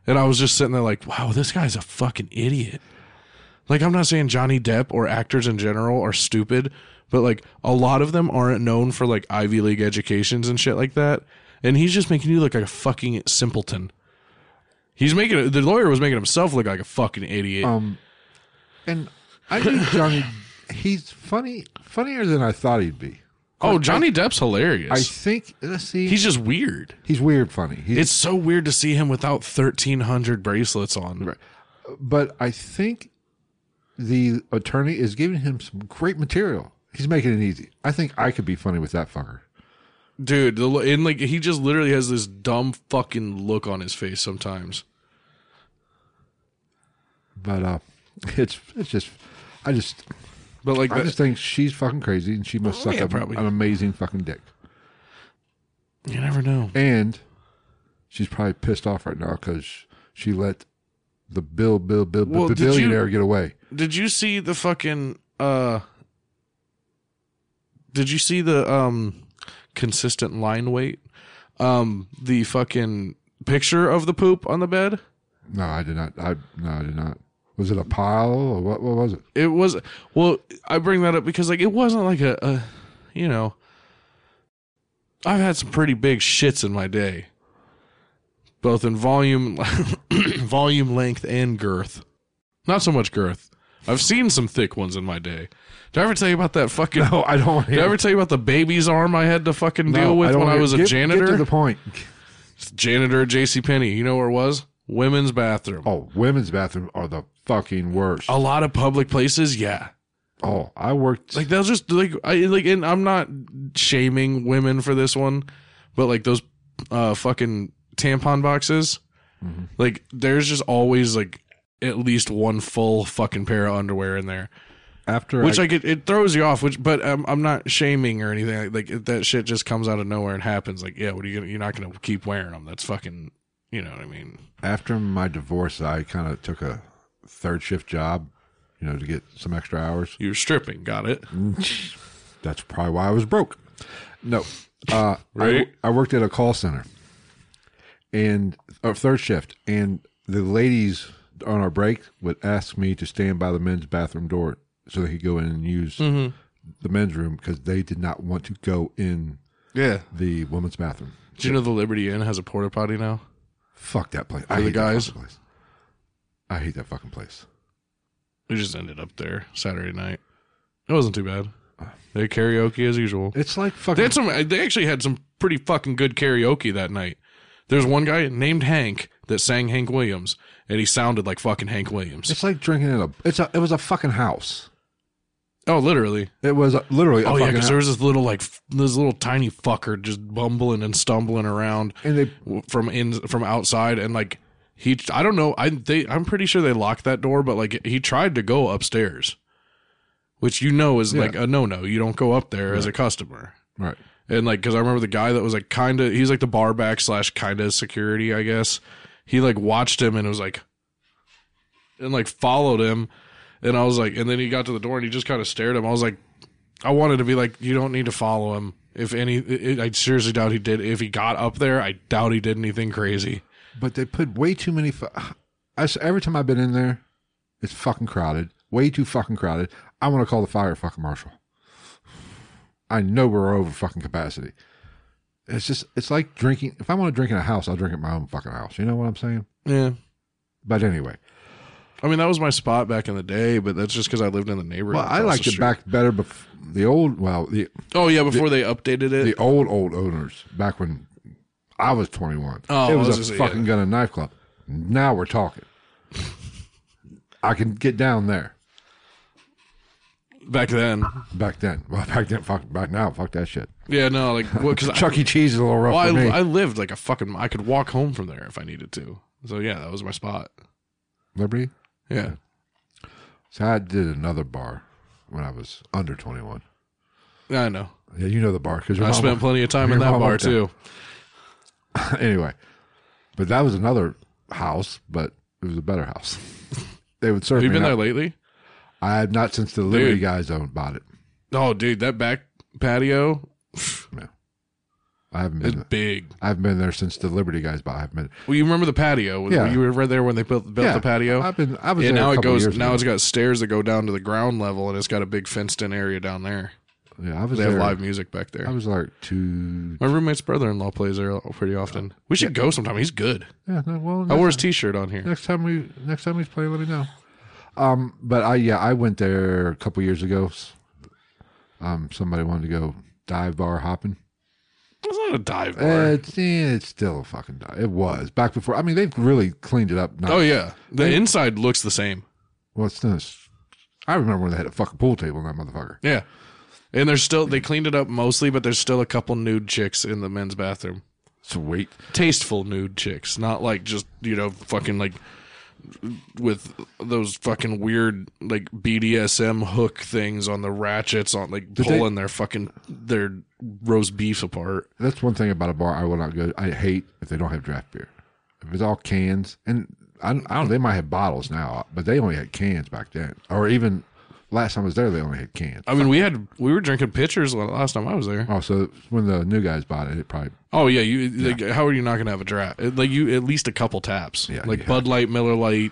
S2: and I was just sitting there like, "Wow, this guy's a fucking idiot." Like, I'm not saying Johnny Depp or actors in general are stupid, but like a lot of them aren't known for like Ivy League educations and shit like that. And he's just making you look like a fucking simpleton. He's making the lawyer was making himself look like a fucking idiot.
S1: little- um, And I knew Johnny. He's funny, funnier than I thought he'd be.
S2: Oh, Johnny Depp's
S1: I
S2: hilarious.
S1: think. Let's see.
S2: He's
S1: He's,
S2: just weird.
S1: weird, funny. He's,
S2: It's so weird to see him without 1,300 bracelets on.
S1: but I think the attorney is giving him some great material. He's making it easy. I think I could be funny with that fucker.
S2: Dude, the, lo- and like he just literally has this dumb fucking look on his face sometimes.
S1: But uh, it's it's just I just
S2: But like
S1: I
S2: that,
S1: just think she's fucking crazy and she must
S2: Oh,
S1: suck
S2: yeah,
S1: up
S2: probably.
S1: an amazing fucking dick.
S2: you never know.
S1: And she's probably pissed off right now because she let the Bill Bill Bill,
S2: Well,
S1: Bill
S2: did you-
S1: billionaire get away.
S2: Did you see the fucking uh Did you see the um consistent line weight? Um the fucking picture of the poop on the bed?
S1: No, I did not. I no, I did not. Was it a pile or what? What was it?
S2: It was well, I bring that up because like it wasn't like a, a you know I've had some pretty big shits in my day. Both in volume volume length and girth. Not so much girth. I've seen some thick ones in my day. Did I ever tell you about that fucking
S1: No, I don't. want to
S2: Did
S1: hear-
S2: I ever tell you about the baby's arm I had to fucking
S1: no,
S2: deal with
S1: don't
S2: when
S1: want
S2: I
S1: to
S2: was
S1: hear-
S2: a
S1: get- Get to
S2: janitor?
S1: the point.
S2: janitor at JCPenney. You know where it was? Women's bathroom.
S1: Oh, women's bathroom are the fucking worst.
S2: A lot of public places, yeah.
S1: Oh, I worked.
S2: Like they'll just like I like and I'm not shaming women for this one, but like those uh fucking tampon boxes, like there's just always like at least one full fucking pair of underwear in there.
S1: after
S2: which like it, it throws you off which but um, i'm not shaming or anything like it- that shit just comes out of nowhere and happens like yeah what are you gonna you're not gonna keep wearing them that's fucking you know what i mean
S1: after my divorce, I kind of took a third shift job, you know, to get some extra hours.
S2: you're stripping got it
S1: That's probably why I was broke. No, uh,
S2: Right.
S1: I, I worked at a call center, and or third shift, and the ladies on our break would ask me to stand by the men's bathroom door so they could go in and use
S2: Mm-hmm.
S1: the men's room because they did not want to go in
S2: yeah
S1: the women's bathroom.
S2: do you know the liberty inn has a porta potty now
S1: Fuck that place. I
S2: the
S1: hate
S2: guys?
S1: That fucking place. I hate that fucking place.
S2: we just ended up there saturday night it wasn't too bad they had karaoke as usual
S1: It's like
S2: they
S1: fucking.
S2: had some they actually had some pretty fucking good karaoke that night there's one guy named hank that sang hank williams and he sounded like fucking hank williams
S1: It's like drinking in a. It's a. It was a fucking house.
S2: oh literally
S1: It was a, literally. A
S2: Oh yeah,
S1: fucking
S2: because
S1: house.
S2: there was this little like f- this little tiny fucker just bumbling and stumbling around
S1: and they
S2: w- from in from outside, and like he, I don't know, I they, I'm pretty sure they locked that door, but like he tried to go upstairs, which you know is
S1: Yeah.
S2: like a no no. You don't go up there as a customer,
S1: right.
S2: and like because I remember the guy that was like kind of he's like the bar back slash kind of security, I guess. He like watched him and was like, and like followed him, and I was like, and then he got to the door and he just kind of stared at him. I was like, I wanted to be like, you don't need to follow him. If any, it, I seriously doubt he did. If he got up there, I doubt he did anything crazy.
S1: But they put way too many. Fu- I, s- every time I've been in there, it's fucking crowded. Way too fucking crowded. I want to call the fire fucking marshal. I know we're over fucking capacity. It's just. It's like drinking. If I want to drink in a house, I'll drink at my own fucking house. You know what I'm saying?
S2: Yeah.
S1: But anyway,
S2: I mean, that was my spot back in the day, but that's just because I lived in the neighborhood.
S1: well, I
S2: across
S1: liked
S2: the
S1: it
S2: street.
S1: back better. Bef- the old. Well, the
S2: Oh, yeah, before they updated it.
S1: the old old owners back when I was 21.
S2: Oh,
S1: it
S2: I
S1: was,
S2: was
S1: a
S2: gonna say,
S1: fucking gun and knife club. Now we're talking. I can get down there.
S2: back then.
S1: Back then, well, back then, fuck, back now, fuck that shit.
S2: Yeah, no, like, because I,
S1: Chuck E. Cheese is a little rough
S2: Well,
S1: for
S2: I,
S1: me.
S2: I lived like a fucking. I could walk home from there if I needed to. So yeah, that was my spot.
S1: Liberty.
S2: Yeah,
S1: So I did another bar when I was under 21.
S2: I know.
S1: Yeah, you know the bar because
S2: I spent plenty of time in
S1: your
S2: that
S1: mom
S2: bar
S1: worked there.
S2: too.
S1: anyway, but that was another house, but it was a better house. they would serve
S2: Have you
S1: me
S2: been
S1: out.
S2: there lately?
S1: I have not since the Liberty
S2: Dude.
S1: guys owned bought it.
S2: Oh, dude, that back patio
S1: I haven't been.
S2: is
S1: there.
S2: big.
S1: I've been there since the Liberty guys, but I haven't been.
S2: Well, you remember the patio?
S1: Yeah.
S2: Yeah, you were right there when they built built the patio.
S1: I've been. I was.
S2: yeah,
S1: there
S2: now
S1: a
S2: it
S1: couple
S2: goes.
S1: years
S2: Now
S1: ago.
S2: it's got stairs that go down to the ground level, and it's got a big fenced in area down there.
S1: Yeah, I was
S2: They have
S1: there.
S2: live music back
S1: I
S2: there.
S1: was like two.
S2: My roommate's brother in law plays there pretty often. We should go sometime. He's good.
S1: Yeah. No, well,
S2: I
S1: next,
S2: wore his t shirt on here.
S1: next time we next time he's playing, let me know. Um, but I yeah, I went there a couple years ago. Um, somebody wanted to go dive bar hopping.
S2: It's not a dive bar.
S1: It's, eh, it's still a fucking dive. It was back before. I mean, they've really cleaned it up. Not,
S2: oh yeah, the inside looks the same.
S1: well, it's not. I remember when they had a fucking pool table in that motherfucker.
S2: Yeah, and there's still they cleaned it up mostly, but there's still a couple nude chicks in the men's bathroom.
S1: Sweet.
S2: Tasteful nude chicks, not like just you know fucking like with those fucking weird like BDSM hook things on the ratchets on like
S1: they-
S2: pulling their fucking their roast beef apart.
S1: That's one thing about a bar I will not go. I hate if they don't have draft beer. If it's all cans, and I, don't- I don't, they might have bottles now, but they only had cans back then, or even last time I was there, they only had cans.
S2: I mean, we had we were drinking pitchers la- last time I was there.
S1: Oh, so when the new guys bought it, it probably
S2: Oh yeah, you like how are you not gonna have a draft? It- Like you at least a couple taps.
S1: Yeah,
S2: like
S1: you
S2: Bud Light, Miller Light,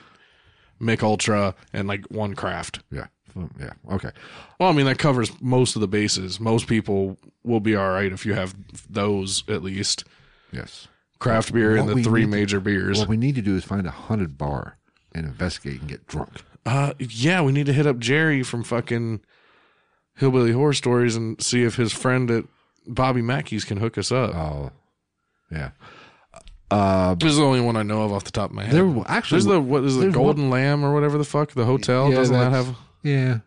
S2: Mick Ultra, and like one craft.
S1: yeah Mm, yeah okay.
S2: Well, I mean that covers most of the bases. Most people will be all right if you have those at least
S1: Yes.
S2: craft beer
S1: What we
S2: and the three
S1: need to-
S2: major beers.
S1: What we need to do is find a haunted bar and investigate and get drunk.
S2: uh, yeah, we need to hit up Jerry from fucking Hillbilly Horror Stories and see if his friend at Bobby Mackey's can hook us up.
S1: Oh, yeah. Uh,
S2: this is the only one I know of off the top of my head.
S1: there were- actually
S2: There's the what is it, the
S1: there's one-
S2: Golden Lamb or whatever the fuck the hotel
S1: Yeah,
S2: doesn't that
S1: that's-
S2: have?
S1: Yeah,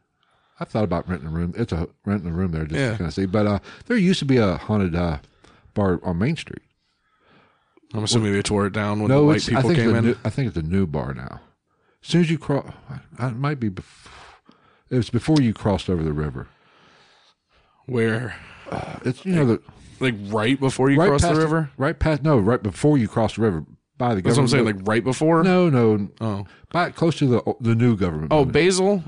S1: I thought about renting a room. It's a renting a room there just
S2: Yeah.
S1: to kind of see. But uh, there used to be a haunted uh, bar on Main Street.
S2: I'm assuming they tore it down when
S1: No,
S2: the white
S1: it's, I
S2: people
S1: think it's
S2: came
S1: a
S2: in.
S1: new, I think it's a new bar now. As soon as you cross, it might be. Before, it was before you crossed over the river.
S2: Where
S1: It's you know the
S2: like right before you
S1: right
S2: cross the
S1: past
S2: river?
S1: right past no, right before you cross the river by the
S2: That's what I'm
S1: government.
S2: saying. Like right before.
S1: no, no,
S2: Oh.
S1: by close to the the new government.
S2: Oh,
S1: building.
S2: Basil.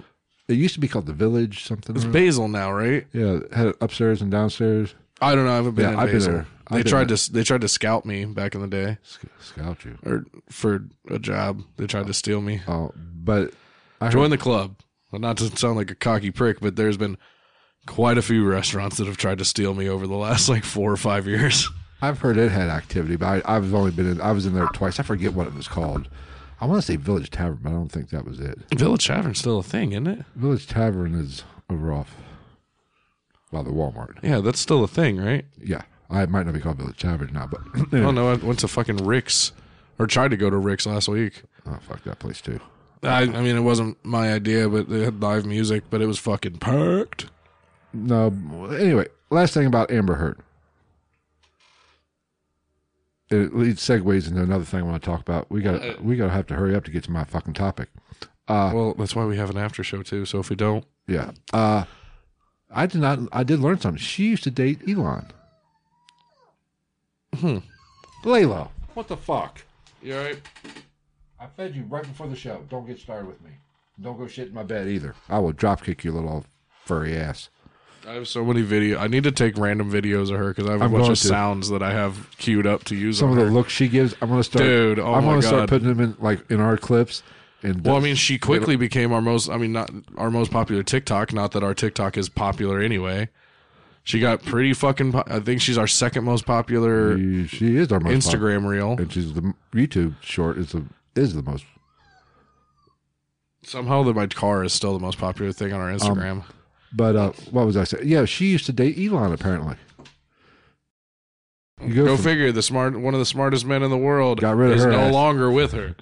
S1: it used to be called the Village something.
S2: It's
S1: or-
S2: Basil now, right?
S1: yeah, it had it upstairs and downstairs.
S2: I don't know. I haven't been
S1: Yeah,
S2: in
S1: I've been
S2: Basil.
S1: there. I've
S2: They
S1: been
S2: tried to they tried to scout me back in the day,
S1: Sc- Scout you.
S2: or for a job. They tried to steal me.
S1: Oh, but I
S2: Join the club. Well, not to sound like a cocky prick, but there's been quite a few restaurants that have tried to steal me over the last like four or five years.
S1: I've heard it had activity, but I, I've only been in. I was in there twice. I forget what it was called. I want to say Village Tavern, but I don't think that was it.
S2: Village Tavern's still a thing, isn't it?
S1: Village Tavern is over off by the Walmart.
S2: Yeah, that's still a thing, right?
S1: Yeah, I it might not be called Village Tavern now, but
S2: Oh no, I went to fucking Rick's or tried to go to Rick's last week.
S1: oh fuck that place too.
S2: I, I mean, it wasn't my idea, but they had live music, but it was fucking packed.
S1: No, anyway, last thing about Amber Heard. It leads segues into another thing I want to talk about. We got to we got to have to hurry up to get to my fucking topic. Ah.
S2: Well, that's why we have an after show too. So if we don't,
S1: Yeah. Uh, I did not. I did learn something. She used to date Elon. Hmm. Layla. What the fuck?
S2: you all right?
S1: I fed you right before the show. Don't get started with me. Don't go shit in my bed either. I will drop kick your little furry ass.
S2: I have so many video. I need to take random videos of her because I have a
S1: I'm
S2: bunch
S1: going
S2: of
S1: to.
S2: sounds that I have queued up to use.
S1: Some
S2: on
S1: of the
S2: her.
S1: looks she gives. I'm gonna start.
S2: Dude, oh
S1: I'm
S2: my
S1: gonna
S2: God.
S1: start putting them in like in our clips. And
S2: well, I mean, she quickly became our most. I mean, not our most popular TikTok. Not that our TikTok is popular anyway. She got pretty fucking. Po- I think she's our second most popular
S1: she, she is our most popular.
S2: Instagram reel.
S1: and she's the YouTube short is the is the most.
S2: Somehow, that my car is still the most popular thing
S1: Um,
S2: on our Instagram.
S1: But uh, what was I saying? Yeah, she used to date Elon apparently. You
S2: Go
S1: from-
S2: figure. The smart one of the smartest men in the world
S1: Got rid of
S2: is
S1: her
S2: no
S1: ass.
S2: longer with her.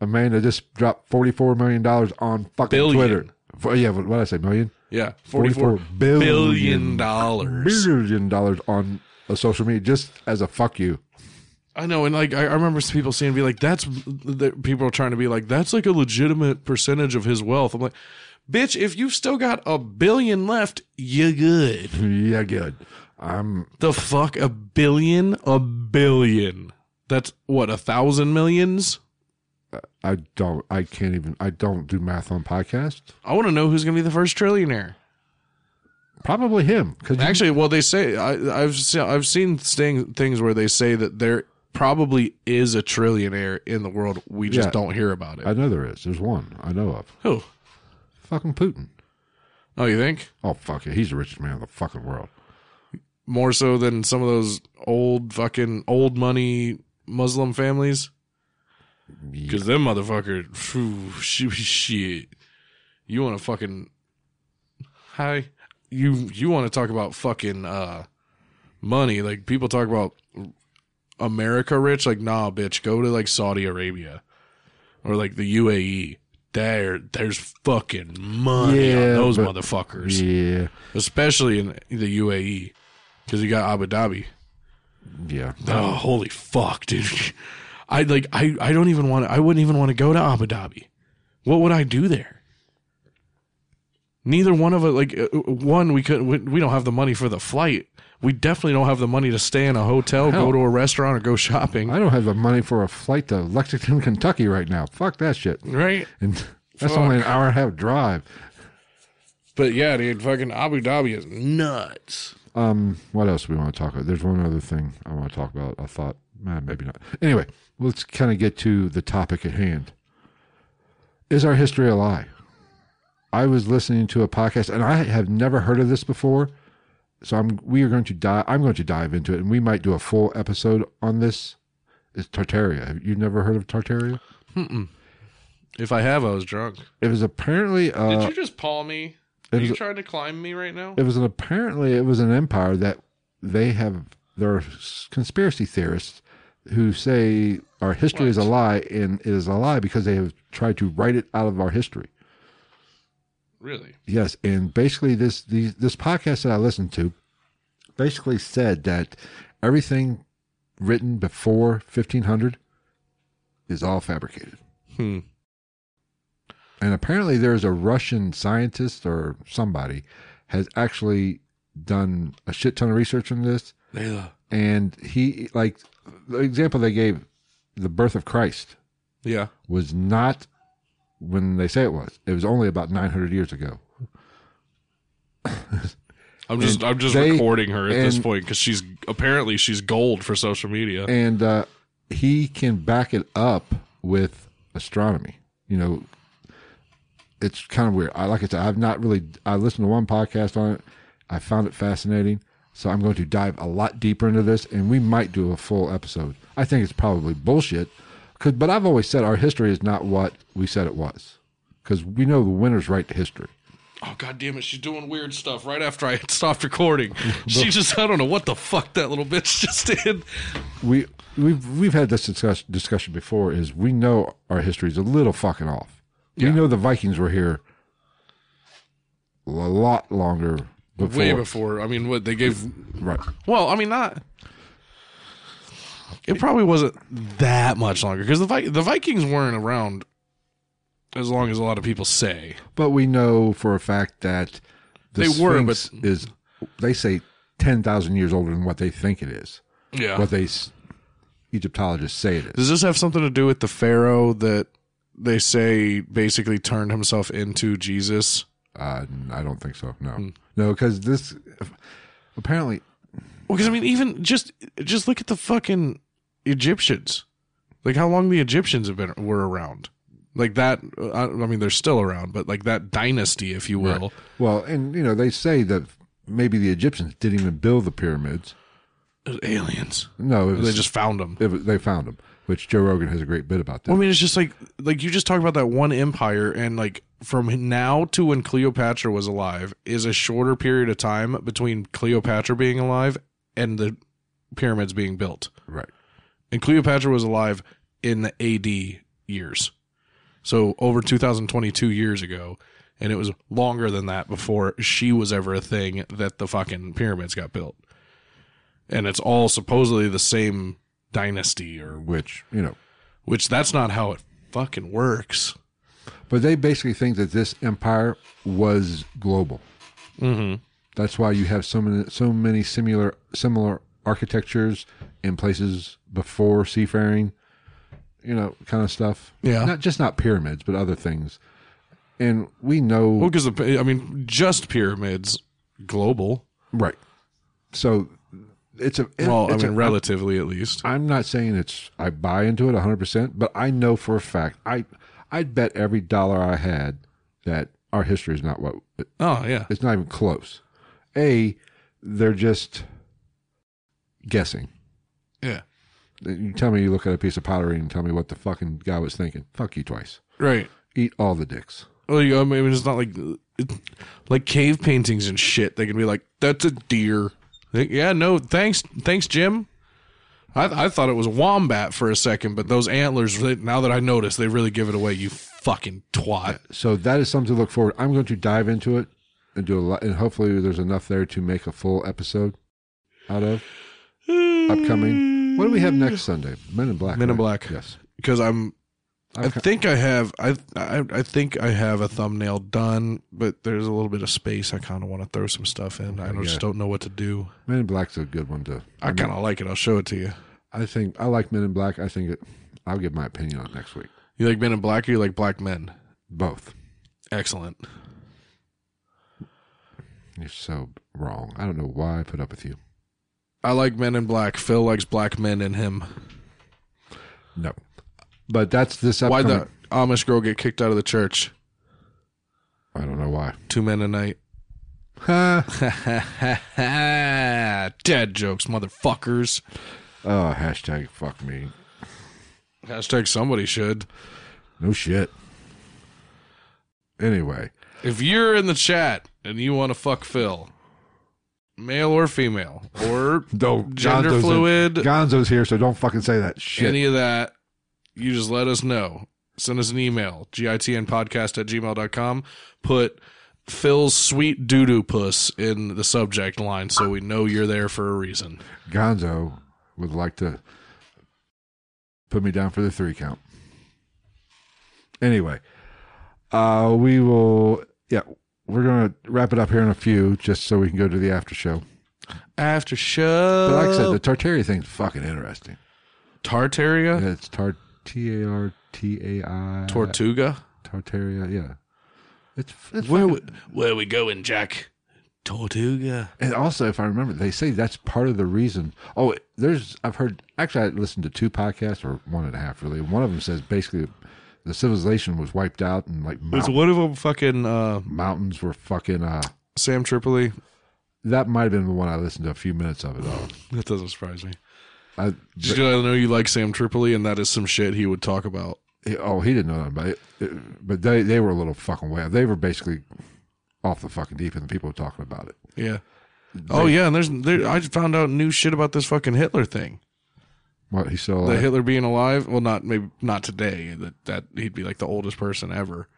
S1: Amanda just dropped forty-four million dollars on fucking
S2: Billion.
S1: Twitter. For, yeah, what did I say? Million.
S2: Yeah, forty-four
S1: 44
S2: billion
S1: billion
S2: dollars.
S1: Billion dollars on a social media just as a fuck you.
S2: I know, and like I, I remember some people seeing be like, "That's that people are trying to be like, that's like a legitimate percentage of his wealth." I'm like, "Bitch, if you've still got a billion left, you good."
S1: Yeah, good. I'm
S2: The fuck, a billion, a billion. That's what a thousand millions.
S1: I don't. I can't even. I don't do math on podcast.
S2: I want to know who's gonna be the first trillionaire.
S1: Probably him because
S2: Actually, well, they say I, I've seen, I've seen sting, things where they say that there probably is a trillionaire in the world. We just
S1: Yeah.
S2: don't hear about it.
S1: I know there is. There's one I know of.
S2: Who?
S1: Fucking Putin.
S2: Oh, you think
S1: Oh fuck yeah, he's the richest man in the fucking world.
S2: more so than some of those old fucking old money Muslim families? Because them motherfucker, phew, sh- shit. You want to fucking hi? You you want to talk about fucking uh money? Like people talk about America rich? Like nah, bitch. Go to like Saudi Arabia or like the UAE. There, there's fucking money on
S1: Yeah,
S2: those
S1: but-
S2: motherfuckers,
S1: Yeah,
S2: especially in the UAE because you got Abu Dhabi.
S1: yeah.
S2: Oh, holy fuck, dude. I like I, I don't even want to I wouldn't even want to go to Abu Dhabi. What would I do there? Neither one of us like uh, one we could we, we don't have the money for the flight. We definitely don't have the money to stay in a hotel, go
S1: Hell.
S2: to a restaurant or go shopping,
S1: I don't have the money for a flight to Lexington, Kentucky right now. Fuck that shit.
S2: right?
S1: And that's only an hour and a half drive.
S2: But yeah, dude, fucking Abu Dhabi is nuts.
S1: Um, what else we want to talk about? There's one other thing I want to talk about. I thought, man, maybe not. Anyway, let's kind of get to the topic at hand. Is our history a lie? I was listening to a podcast, and I have never heard of this before. So I'm we are going to dive. I'm going to dive into it, and we might do a full episode on this. Is Tartaria? Have you never heard of Tartaria?
S2: If I have, I was drunk.
S1: It was apparently uh,
S2: Did you just paw me? Are you trying to climb me right now?
S1: it was an apparently it was an empire that they have there are s- conspiracy theorists who say our history is a lie and it is a lie because they have tried to write it out of our history
S2: Really?
S1: yes and basically this these, this podcast that i listened to basically said that everything written before 1500 is all fabricated
S2: Hmm.
S1: And apparently, there's a Russian scientist or somebody has actually done a shit ton of research on this.
S2: Layla.
S1: And he, like, the example they gave, the birth of Christ
S2: Yeah.
S1: was not when they say it was. It was only about 900 years ago.
S2: I'm just I'm just
S1: they-
S2: recording her at this
S1: and-
S2: point because she's apparently she's gold for social media.
S1: And uh, he can back it up with astronomy. You know, it's kind of weird. I like I said, I've not really. I listened to one podcast on it. I found it fascinating, so I'm going to dive a lot deeper into this, and we might do a full episode. I think it's probably bullshit, 'cause- but I've always said our history is not what we said it was, because we know the winners write the history.
S2: oh god damn it, she's doing weird stuff right after I had stopped recording. she just I don't know what the fuck that little bitch just did.
S1: We we've we've had this discuss, discussion before. Is we know our history is a little fucking off.
S2: Yeah.
S1: We know the Vikings were here a lot longer before,
S2: Way before. I mean what they gave
S1: right?
S2: Well, I mean not it probably wasn't that much longer because the Vi- the Vikings weren't around as long as a lot of people say.
S1: But we know for a fact that the
S2: They were, but-
S1: Sphinx is they say ten thousand years older than what they think it is.
S2: Yeah.
S1: What they s- Egyptologists say it is.
S2: Does this have something to do with the pharaoh that they say basically turned himself into Jesus?
S1: Uh, I don't think so. No,
S2: Hmm.
S1: no, because this apparently
S2: Because I mean, even just just look at the fucking Egyptians. Like how long the Egyptians have been were around. Like that. uh, I, I mean, they're still around, but like that dynasty, if you will.
S1: Well, and you know they say that maybe the Egyptians didn't even build the pyramids.
S2: They're Aliens.
S1: No, it was,
S2: They just found them.
S1: it was- they found them, which Joe Rogan has a great bit about that.
S2: I mean, it's just like like you just talked about that one empire, and like from now to when Cleopatra was alive is a shorter period of time between Cleopatra being alive and the pyramids being built.
S1: right.
S2: and Cleopatra was alive in the AD years. So over 2022 years ago, and it was longer than that before she was ever a thing that the fucking pyramids got built. And it's all supposedly the same dynasty or
S1: Which you know,
S2: which that's not how it fucking works.
S1: but they basically think that this empire was global.
S2: Mhm.
S1: That's why you have so many so many similar similar architectures in places before seafaring, you know, kind of stuff.
S2: Yeah.
S1: Not just not pyramids, but other things. And we know
S2: Well, cuz the I mean just pyramids global.
S1: right. So it's a
S2: Well, I
S1: it's
S2: mean
S1: a- uh,
S2: relatively at least.
S1: I'm not saying it's I buy into it 100%, but I know for a fact I I'd bet every dollar I had that our history is not what
S2: Oh, yeah.
S1: it's not even close. A they're just guessing.
S2: Yeah.
S1: You tell me you look at a piece of pottery and tell me what the fucking guy was thinking. Fuck you twice.
S2: Right.
S1: Eat all the dicks.
S2: Oh, yeah, I mean, it's not like it, like cave paintings and shit. They can be like, "That's a deer." Like, yeah, no, thanks, thanks, Jim. I, I thought it was a wombat for a second, but those antlers. they- Now that I noticed, they really give it away. You fucking twat.
S1: So that is something to look forward. I'm going to dive into it and do a lot, and hopefully there's enough there to make a full episode out of upcoming. What do we have next Sunday? Men in Black.
S2: Men in
S1: right?
S2: Black.
S1: Yes.
S2: Because I'm I
S1: I've ki-
S2: think I have I, I I think I have a thumbnail done, but there's a little bit of space. I kind of want to throw some stuff in. I
S1: Okay,
S2: just
S1: yeah.
S2: don't know what to do.
S1: Men in Black's a good one to.
S2: I kind of like it. I'll show it to you.
S1: I think I like Men in Black. I think it. I'll give my opinion on it next week.
S2: You like men in black or you like black men?
S1: Both.
S2: Excellent.
S1: You're so wrong. I don't know why I put up with you.
S2: I like men in black. Phil likes black men in him.
S1: No. But that's this
S2: Why
S1: upcoming.
S2: the Amish girl get kicked out of the church?
S1: I don't know why.
S2: Two men a night.
S1: Huh.
S2: Ah. Dad jokes, motherfuckers.
S1: oh, hashtag fuck me.
S2: Hashtag somebody should.
S1: No shit. Anyway,
S2: If you're in the chat and you want to fuck Phil, male or female, or
S1: don't
S2: Gender
S1: Gonzo's in-
S2: fluid.
S1: Gonzo's here, so don't fucking say that shit.
S2: any of that, you just let us know. Send us an email, gitnpodcast at gmail.com. Put Phil's sweet doo doo puss in the subject line so we know you're there for a reason.
S1: Gonzo would like to put me down for the three count. Anyway, uh, we will. Yeah, we're gonna wrap it up here in a few, just so we can go to the after show.
S2: After show.
S1: But like I said, the Tartaria thing's fucking interesting.
S2: Tartaria?
S1: Yeah, it's Tar T A R T A I
S2: Tortuga?
S1: Tartaria. Yeah, it's, it's
S2: Where we, where we going, Jack? Tortuga.
S1: And also, if I remember, they say that's part of the reason. Oh, there's I've heard actually I listened to two podcasts or one and a half really. One of them says basically the civilization was wiped out and like mount-
S2: It's one of them fucking uh,
S1: mountains were fucking. Uh,
S2: Sam Tripoli.
S1: that might have been the one I listened to a few minutes of it all.
S2: That doesn't surprise me.
S1: I,
S2: Just 'cause I know you like Sam Tripoli, and that is some shit he would talk about.
S1: oh, he didn't know that, but it, it- but they they were a little fucking way. out. They were basically off the fucking deep, and the people were talking about it.
S2: Yeah. oh yeah, and there's there, I found out new shit about this fucking Hitler thing.
S1: What he still
S2: The
S1: alive?
S2: Hitler being alive. Well, not maybe not today. That that he'd be like the oldest person ever.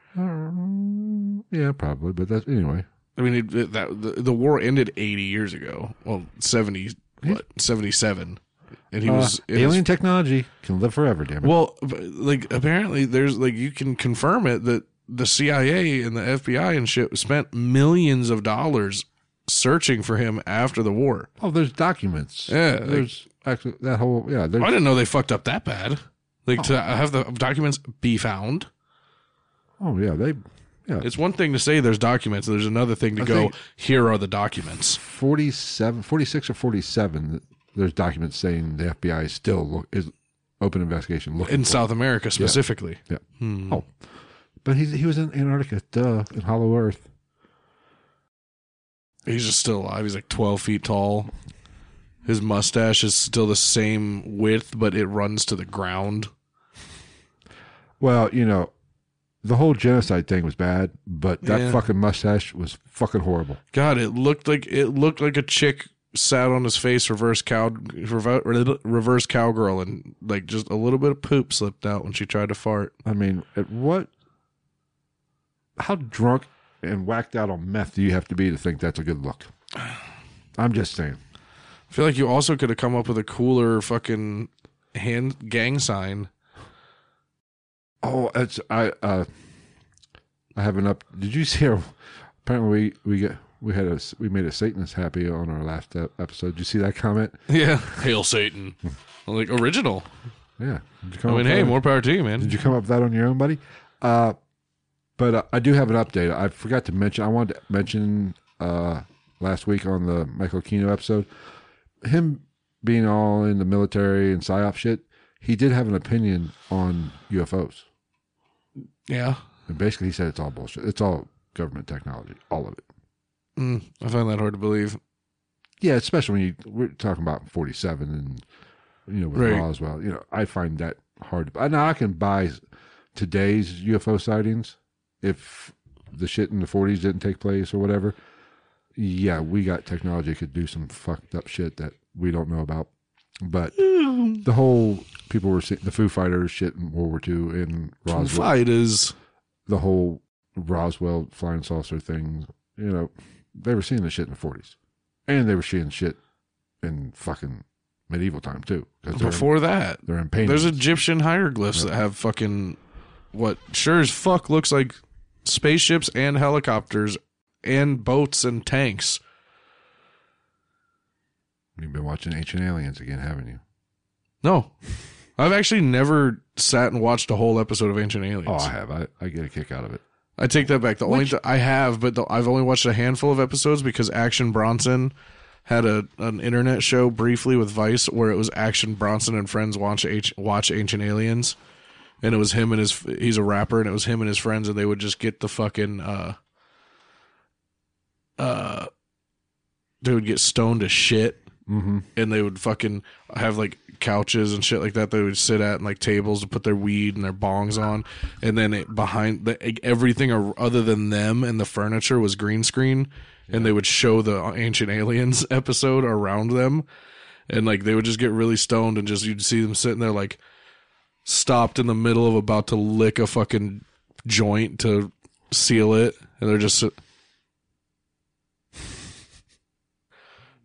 S1: yeah, probably. But that's anyway.
S2: I mean, it, that the, the war ended eighty years ago. Well, seventy what seventy seven, and he
S1: Uh,
S2: was in his-
S1: alien technology can live forever, damn it.
S2: Well, b- like apparently there's like you can confirm it that the CIA and the FBI and shit spent millions of dollars searching for him after the war.
S1: Oh, there's documents.
S2: Yeah, like-
S1: there's actually that whole yeah.
S2: I
S1: There's,
S2: didn't know they fucked up that bad. Like to have the documents be found.
S1: oh yeah, they yeah.
S2: It's one thing to say there's documents. There's another thing to
S1: I
S2: go.
S1: think-
S2: Here are the documents.
S1: 47, 46 or forty seven. There's documents saying the FBI is still look, is open investigation looking.
S2: in South America specifically.
S1: yeah.
S2: Mm.
S1: Oh, but he's he was in Antarctica, duh, in Hollow Earth.
S2: He's just still alive. He's like 12 feet tall. His mustache is still the same width, but it runs to the ground.
S1: Well, you know, the whole genocide thing was bad, but that
S2: Yeah.
S1: fucking mustache was fucking horrible.
S2: God, it looked like it looked like a chick sat on his face, reverse cow, revo- reverse cowgirl, and like just a little bit of poop slipped out when she tried to fart.
S1: I mean, at what? How drunk and whacked out on meth do you have to be to think that's a good look? I'm just saying.
S2: I feel like you also could have come up with a cooler fucking hand gang sign.
S1: Oh, that's I. uh I have an up. Did you see? Our, apparently, we we get we had a we made a Satanist happy on our last ep- episode. Did you see that comment?
S2: Yeah, hail Satan! like original.
S1: Yeah. Did you come
S2: I
S1: up with
S2: mean, hey,
S1: that?
S2: more power to you, man.
S1: Did you come up with that on your own, buddy? Uh, but uh, I do have an update. I forgot to mention. I wanted to mention uh, last week on the Michael Kino episode, him being all in the military and psyop shit. He did have an opinion on UFOs,
S2: yeah,
S1: and basically he said it's all bullshit. It's all government technology, all of it.
S2: Mm, I find that hard to believe.
S1: Yeah, especially when you we're talking about forty seven and you know with
S2: Right.
S1: Roswell. You know, I find that hard. To, now I can buy today's UFO sightings if the shit in the 40s didn't take place or whatever. Yeah, we got technology that could do some fucked up shit that we don't know about. But the whole people were seeing the Foo Fighters shit in World War II and Roswell,
S2: Fighters.
S1: the whole Roswell flying saucer thing. You know, they were seeing the shit in the 40s, and they were seeing shit in fucking medieval time too. 'cause they're in-
S2: Before that,
S1: they're in paintings.
S2: there's Egyptian hieroglyphs that have fucking what sure as fuck looks like spaceships and helicopters and boats and tanks.
S1: You've been watching Ancient Aliens again, haven't you?
S2: No, I've actually never sat and watched a whole episode of Ancient Aliens.
S1: Oh, I have. I, I get a kick out of it.
S2: I take that back. The only th- I have, but the, I've only watched a handful of episodes because Action Bronson had a an internet show briefly with Vice where it was Action Bronson and friends watch H- watch Ancient Aliens, and it was him and his he's a rapper and it was him and his friends and they would just get the fucking uh uh they would get stoned to shit
S1: Mm-hmm.
S2: and they would fucking have like couches and shit like that they would sit at and like tables to put their weed and their bongs on and then it, behind the, like, everything ar- other than them and the furniture was green screen and they would show the ancient aliens episode around them and like they would just get really stoned and just you'd see them sitting there like stopped in the middle of about to lick a fucking joint to seal it and they're just sit-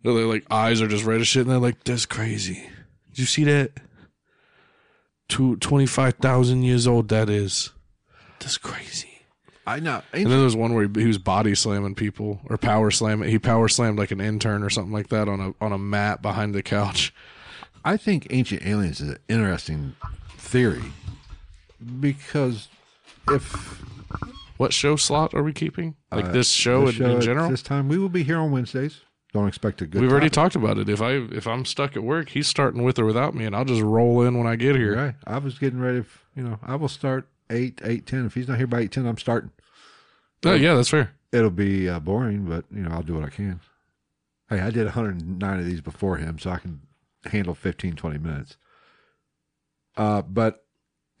S2: So their like eyes are just red as shit, and they're like, "That's crazy. Did you see that? Two twenty five thousand years old. That is. That's crazy."
S1: I know.
S2: And then there's one where he, he was body slamming people or power slamming. He power slammed like an intern or something like that on a on a mat behind the couch.
S1: I think Ancient Aliens is an interesting theory because if
S2: What show slot are we keeping? Like
S1: uh,
S2: this show,
S1: this
S2: in, in
S1: at
S2: general.
S1: this time we will be here on Wednesdays. Don't expect a good.
S2: We've already
S1: topic.
S2: talked about it. If I if I'm stuck at work, he's starting with or without me, and I'll just roll in when I get here.
S1: Right. I was getting ready. If, you know, I will start eight, eight, ten. If he's not here by eight, ten, I'm starting.
S2: Oh, yeah, that's fair.
S1: It'll be uh, boring, but you know, I'll do what I can. Hey, I did 109 of these before him, so I can handle 15, 20 minutes. Uh, but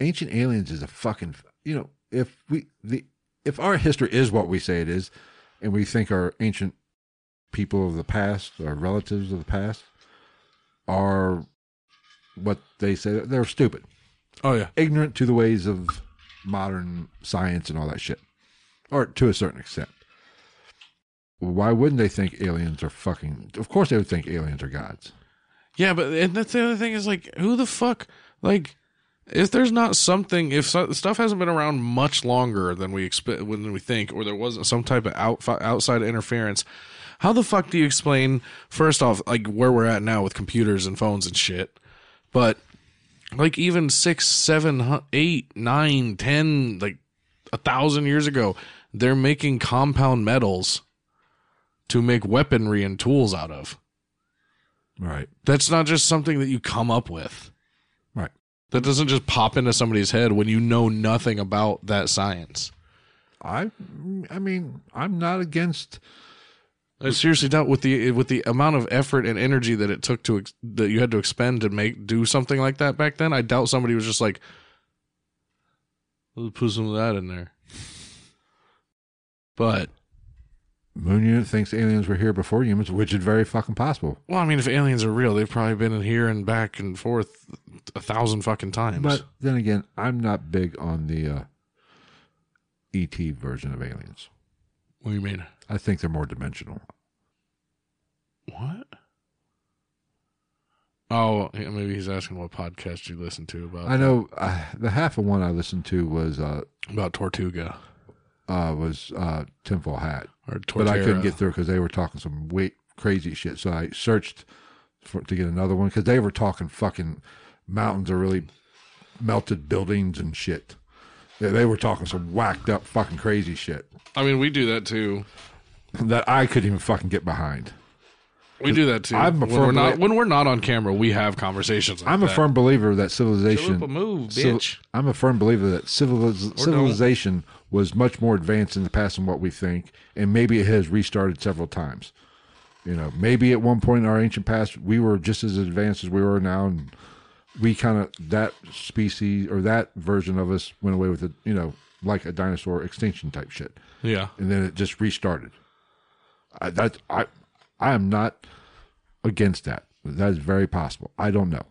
S1: Ancient Aliens is a fucking, you know, if we the if our history is what we say it is, and we think our ancient people of the past, our relatives of the past, are what they say they're stupid
S2: Oh yeah.
S1: ignorant to the ways of modern science and all that shit, or to a certain extent. Why wouldn't they think aliens are fucking? Of course, they would think aliens are gods.
S2: Yeah, but and that's the other thing is like, who the fuck like if there's not something if so, stuff hasn't been around much longer than we expect when we think or there wasn't some type of out, outside interference how the fuck do you explain first off like where we're at now with computers and phones and shit but like even six seven hu- eight nine ten like a thousand years ago they're making compound metals to make weaponry and tools out of
S1: Right.
S2: that's not just something that you come up with.
S1: Right.
S2: That doesn't just pop into somebody's head when you know nothing about that science.
S1: I, I mean, I'm not against.
S2: I seriously doubt with the with the amount of effort and energy that it took to ex- that you had to expend to make do something like that back then. I doubt somebody was just like, "Let's put some of that in there." But
S1: Moon Unit thinks aliens were here before humans, which is very fucking possible.
S2: well, I mean, if aliens are real, they've probably been in here and back and forth a thousand fucking times.
S1: But then again, I'm not big on the uh, ET version of aliens.
S2: what do you mean?
S1: I think they're more dimensional.
S2: What? Oh, yeah, maybe he's asking what podcast you listen to about
S1: I know uh, the half of one I listened to was uh,
S2: about Tortuga
S1: uh, was uh, Tinfoil Hat.
S2: or Tortera.
S1: but I couldn't get through because they were talking some wait crazy shit. So I searched for to get another one because they were talking fucking mountains or really melted buildings and shit. They, they were talking some whacked up fucking crazy shit
S2: I mean, we do that too.
S1: that I couldn't even fucking get behind.
S2: We do that too.
S1: I'm a
S2: when we're
S1: firm
S2: not
S1: believer-
S2: when we're not on camera, we have conversations. Like
S1: I'm a
S2: that.
S1: firm believer that
S2: Show
S1: civilization.
S2: up a move,
S1: civil-
S2: bitch.
S1: I'm a firm believer that civiliz- civilization was much more advanced in the past than what we think, and maybe it has restarted several times. You know, maybe at one point in our ancient past, we were just as advanced as we are now, and we kind of that species or that version of us went away with it. You know, like a dinosaur extinction type shit,
S2: Yeah.
S1: and then it just restarted. I, that I I am not against that. That is very possible. I don't know.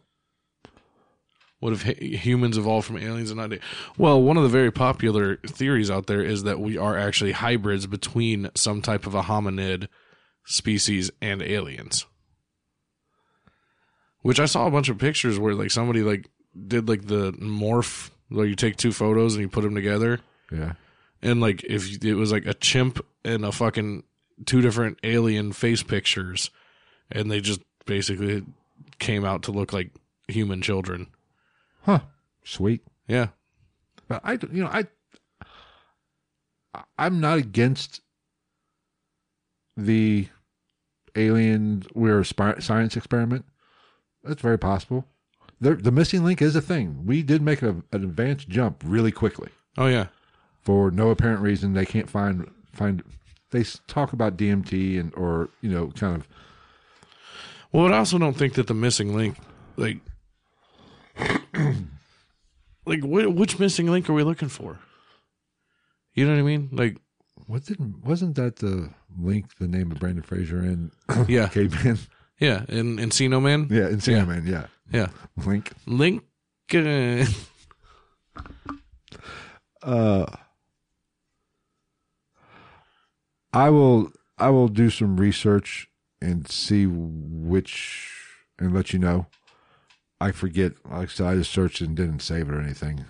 S2: What if h- humans evolved from aliens and not? a- Well, one of the very popular theories out there is that we are actually hybrids between some type of a hominid species and aliens. Which I saw a bunch of pictures where like somebody like did like the morph where you take two photos and you put them together
S1: Yeah.
S2: and like if you- it was like a chimp and a fucking two different alien face pictures and they just basically came out to look like human children.
S1: Huh. Sweet.
S2: Yeah.
S1: But I, don't- you know, I, I- I'm not against the alien we're a spi- science experiment. That's very possible. The, the missing link is a thing. We did make a, an advanced jump really quickly
S2: Oh yeah.
S1: for no apparent reason. They can't find find. They s- talk about DMT and or you know kind of
S2: Well, I also don't think that the missing link, like, like wh- which missing link are we looking for? You know what I mean? Like,
S1: what didn't wasn't that the link the name of Brandon Fraser in
S2: yeah,
S1: Caveman
S2: yeah, and Encino Man,
S1: yeah in Sandman yeah
S2: yeah,
S1: link
S2: Link. uh,
S1: uh i will i will do some research and see which and let you know i forget like i said i just searched and didn't save it or anything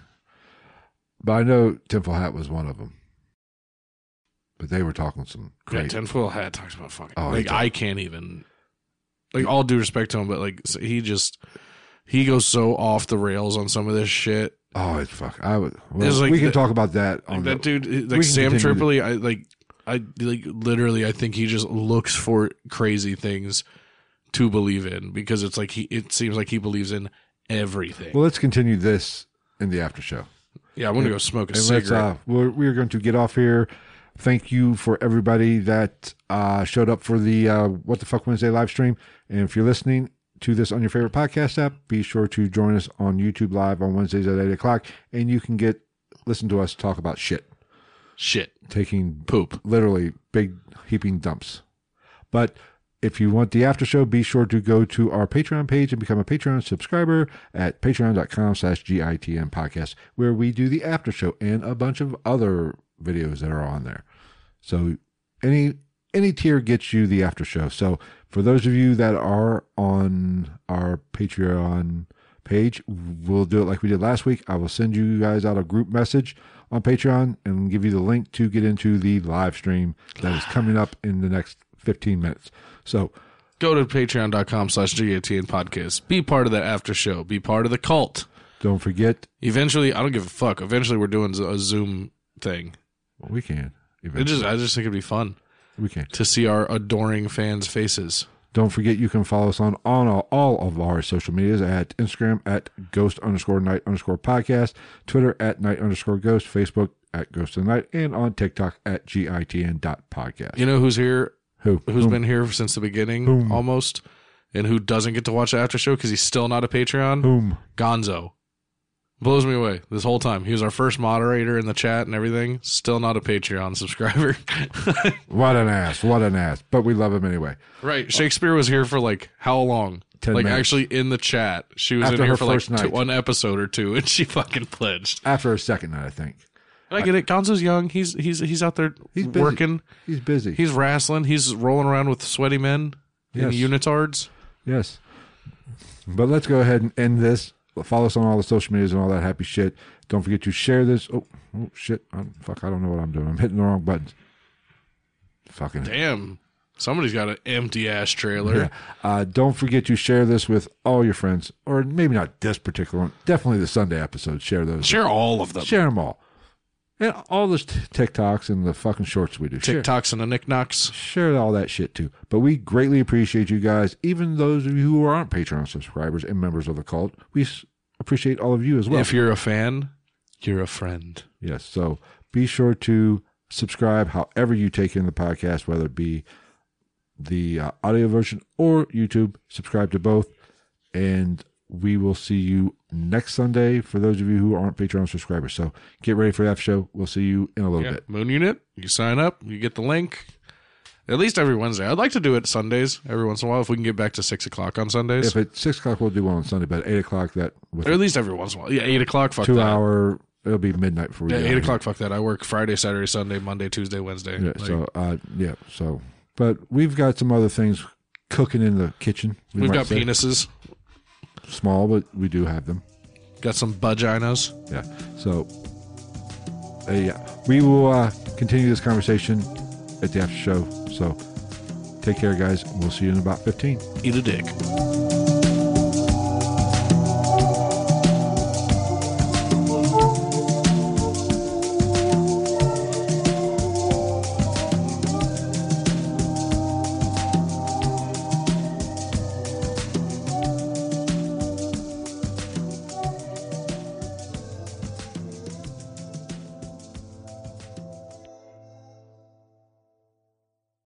S1: but i know temple hat was one of them but they were talking some
S2: yeah,
S1: crazy
S2: tinfoil hat talks about fucking.
S1: Oh, he
S2: like,
S1: does.
S2: I can't even. Like, all due respect to him, but like, s- he just he goes so off the rails on some of this shit.
S1: oh it's fuck i would well,
S2: It's like
S1: we can
S2: the-
S1: talk about that on
S2: Like that
S1: the,
S2: dude,
S1: can
S2: like
S1: continue
S2: Sam
S1: to-
S2: Tripoli, I like, I like literally, I think he just looks for crazy things to believe in because it's like he, it seems like he believes in everything.
S1: well let's continue this in the after show
S2: yeah, I'm gonna go smoke a
S1: And let's,
S2: cigarette.
S1: uh, we're, we're going to get off here. Thank you for everybody that uh, showed up for the uh, What the Fuck Wednesday live stream. And if you're listening to this on your favorite podcast app, be sure to join us on YouTube Live on Wednesdays at 8 o'clock. And you can get listen to us talk about shit,
S2: Shit,
S1: taking
S2: poop.
S1: literally big heaping dumps. But if you want the after show, be sure to go to our Patreon page and become a Patreon subscriber at patreon.com slash GITM podcast, where we do the after show and a bunch of other videos that are on there. So any any tier gets you the after show. So for those of you that are on our Patreon page, we'll do it like we did last week. I will send you guys out a group message on Patreon and give you the link to get into the live stream that is coming up in the next 15 minutes. So
S2: Go to patreon.com slash GATN podcast. Be part of that after show. Be part of the cult.
S1: don't forget
S2: Eventually, I don't give a fuck. Eventually, we're doing a Zoom thing.
S1: we can.
S2: It just, I just think it'd be fun
S1: we can.
S2: to see our adoring fans' faces.
S1: Don't forget you can follow us on on all, all of our social medias at Instagram at ghost underscore night underscore podcast, Twitter at night underscore ghost, Facebook at ghost of the night, and on TikTok at gitn dot podcast.
S2: You know who's here
S1: Who?
S2: Who's been here since the beginning almost and who doesn't get to watch the after show because he's still not a Patreon?
S1: Boom.
S2: Gonzo. Blows me away this whole time. He was our first moderator in the chat and everything. Still not a Patreon subscriber.
S1: What an ass. What an ass. But we love him anyway.
S2: right. Shakespeare was here for like how long?
S1: 10
S2: like
S1: minutes.
S2: actually in the chat. She was
S1: After
S2: in
S1: her
S2: here for like
S1: first night.
S2: two, one episode or two and she fucking pledged.
S1: After a second night, I think.
S2: And I get it. Gonzo's young. He's he's he's out there
S1: He's busy.
S2: working.
S1: He's busy.
S2: He's wrestling. He's rolling around with sweaty men in
S1: Yes.
S2: unitards.
S1: Yes. But let's go ahead and end this. Follow us on all the social medias and all that happy shit. Don't forget to share this. Oh, oh shit. I'm, fuck, I don't know what I'm doing. I'm hitting the wrong buttons. Fucking.
S2: Damn. Somebody's got an empty ass trailer.
S1: Yeah. Uh, don't forget to share this with all your friends, or maybe not this particular one. Definitely the Sunday episode. Share those.
S2: Share all of them.
S1: Share them all. And all those t- TikToks and the fucking shorts we do. Share-
S2: TikToks and the knickknacks.
S1: share all that shit too. But we greatly appreciate you guys, even those of you who aren't Patreon subscribers and members of the cult. We s- appreciate all of you as well.
S2: If you're a fan, you're a friend.
S1: yes, so be sure to subscribe however you take in the podcast, whether it be the uh, audio version or YouTube. Subscribe to both, and we will see you next Sunday for those of you who aren't Patreon subscribers. So get ready for that show. We'll see you in a little
S2: Yeah,
S1: bit.
S2: Moon Unit. You sign up. You get the link. At least every Wednesday. I'd like to do it Sundays every once in a while if we can get back to six o'clock on Sundays.
S1: If it's six o'clock, we'll do one on Sunday, but at eight o'clock, that with
S2: or
S1: a
S2: at least every once in a while. Yeah, eight o'clock. Fuck
S1: two
S2: that.
S1: hour, it'll be midnight before we
S2: Yeah,
S1: get out
S2: eight
S1: of
S2: o'clock. Fuck that. I work Friday, Saturday, Sunday, Monday, Tuesday, Wednesday.
S1: here. Yeah,
S2: Like,
S1: so, uh, yeah, so, but we've got some other things cooking in the kitchen. we
S2: we've
S1: might
S2: got
S1: say.
S2: penises.
S1: Small, but we do have them.
S2: Got some vaginas.
S1: Yeah. So, uh, yeah, we will uh, continue this conversation at the after show. So, take care, guys. We'll see you in about 15.
S2: Eat a dick.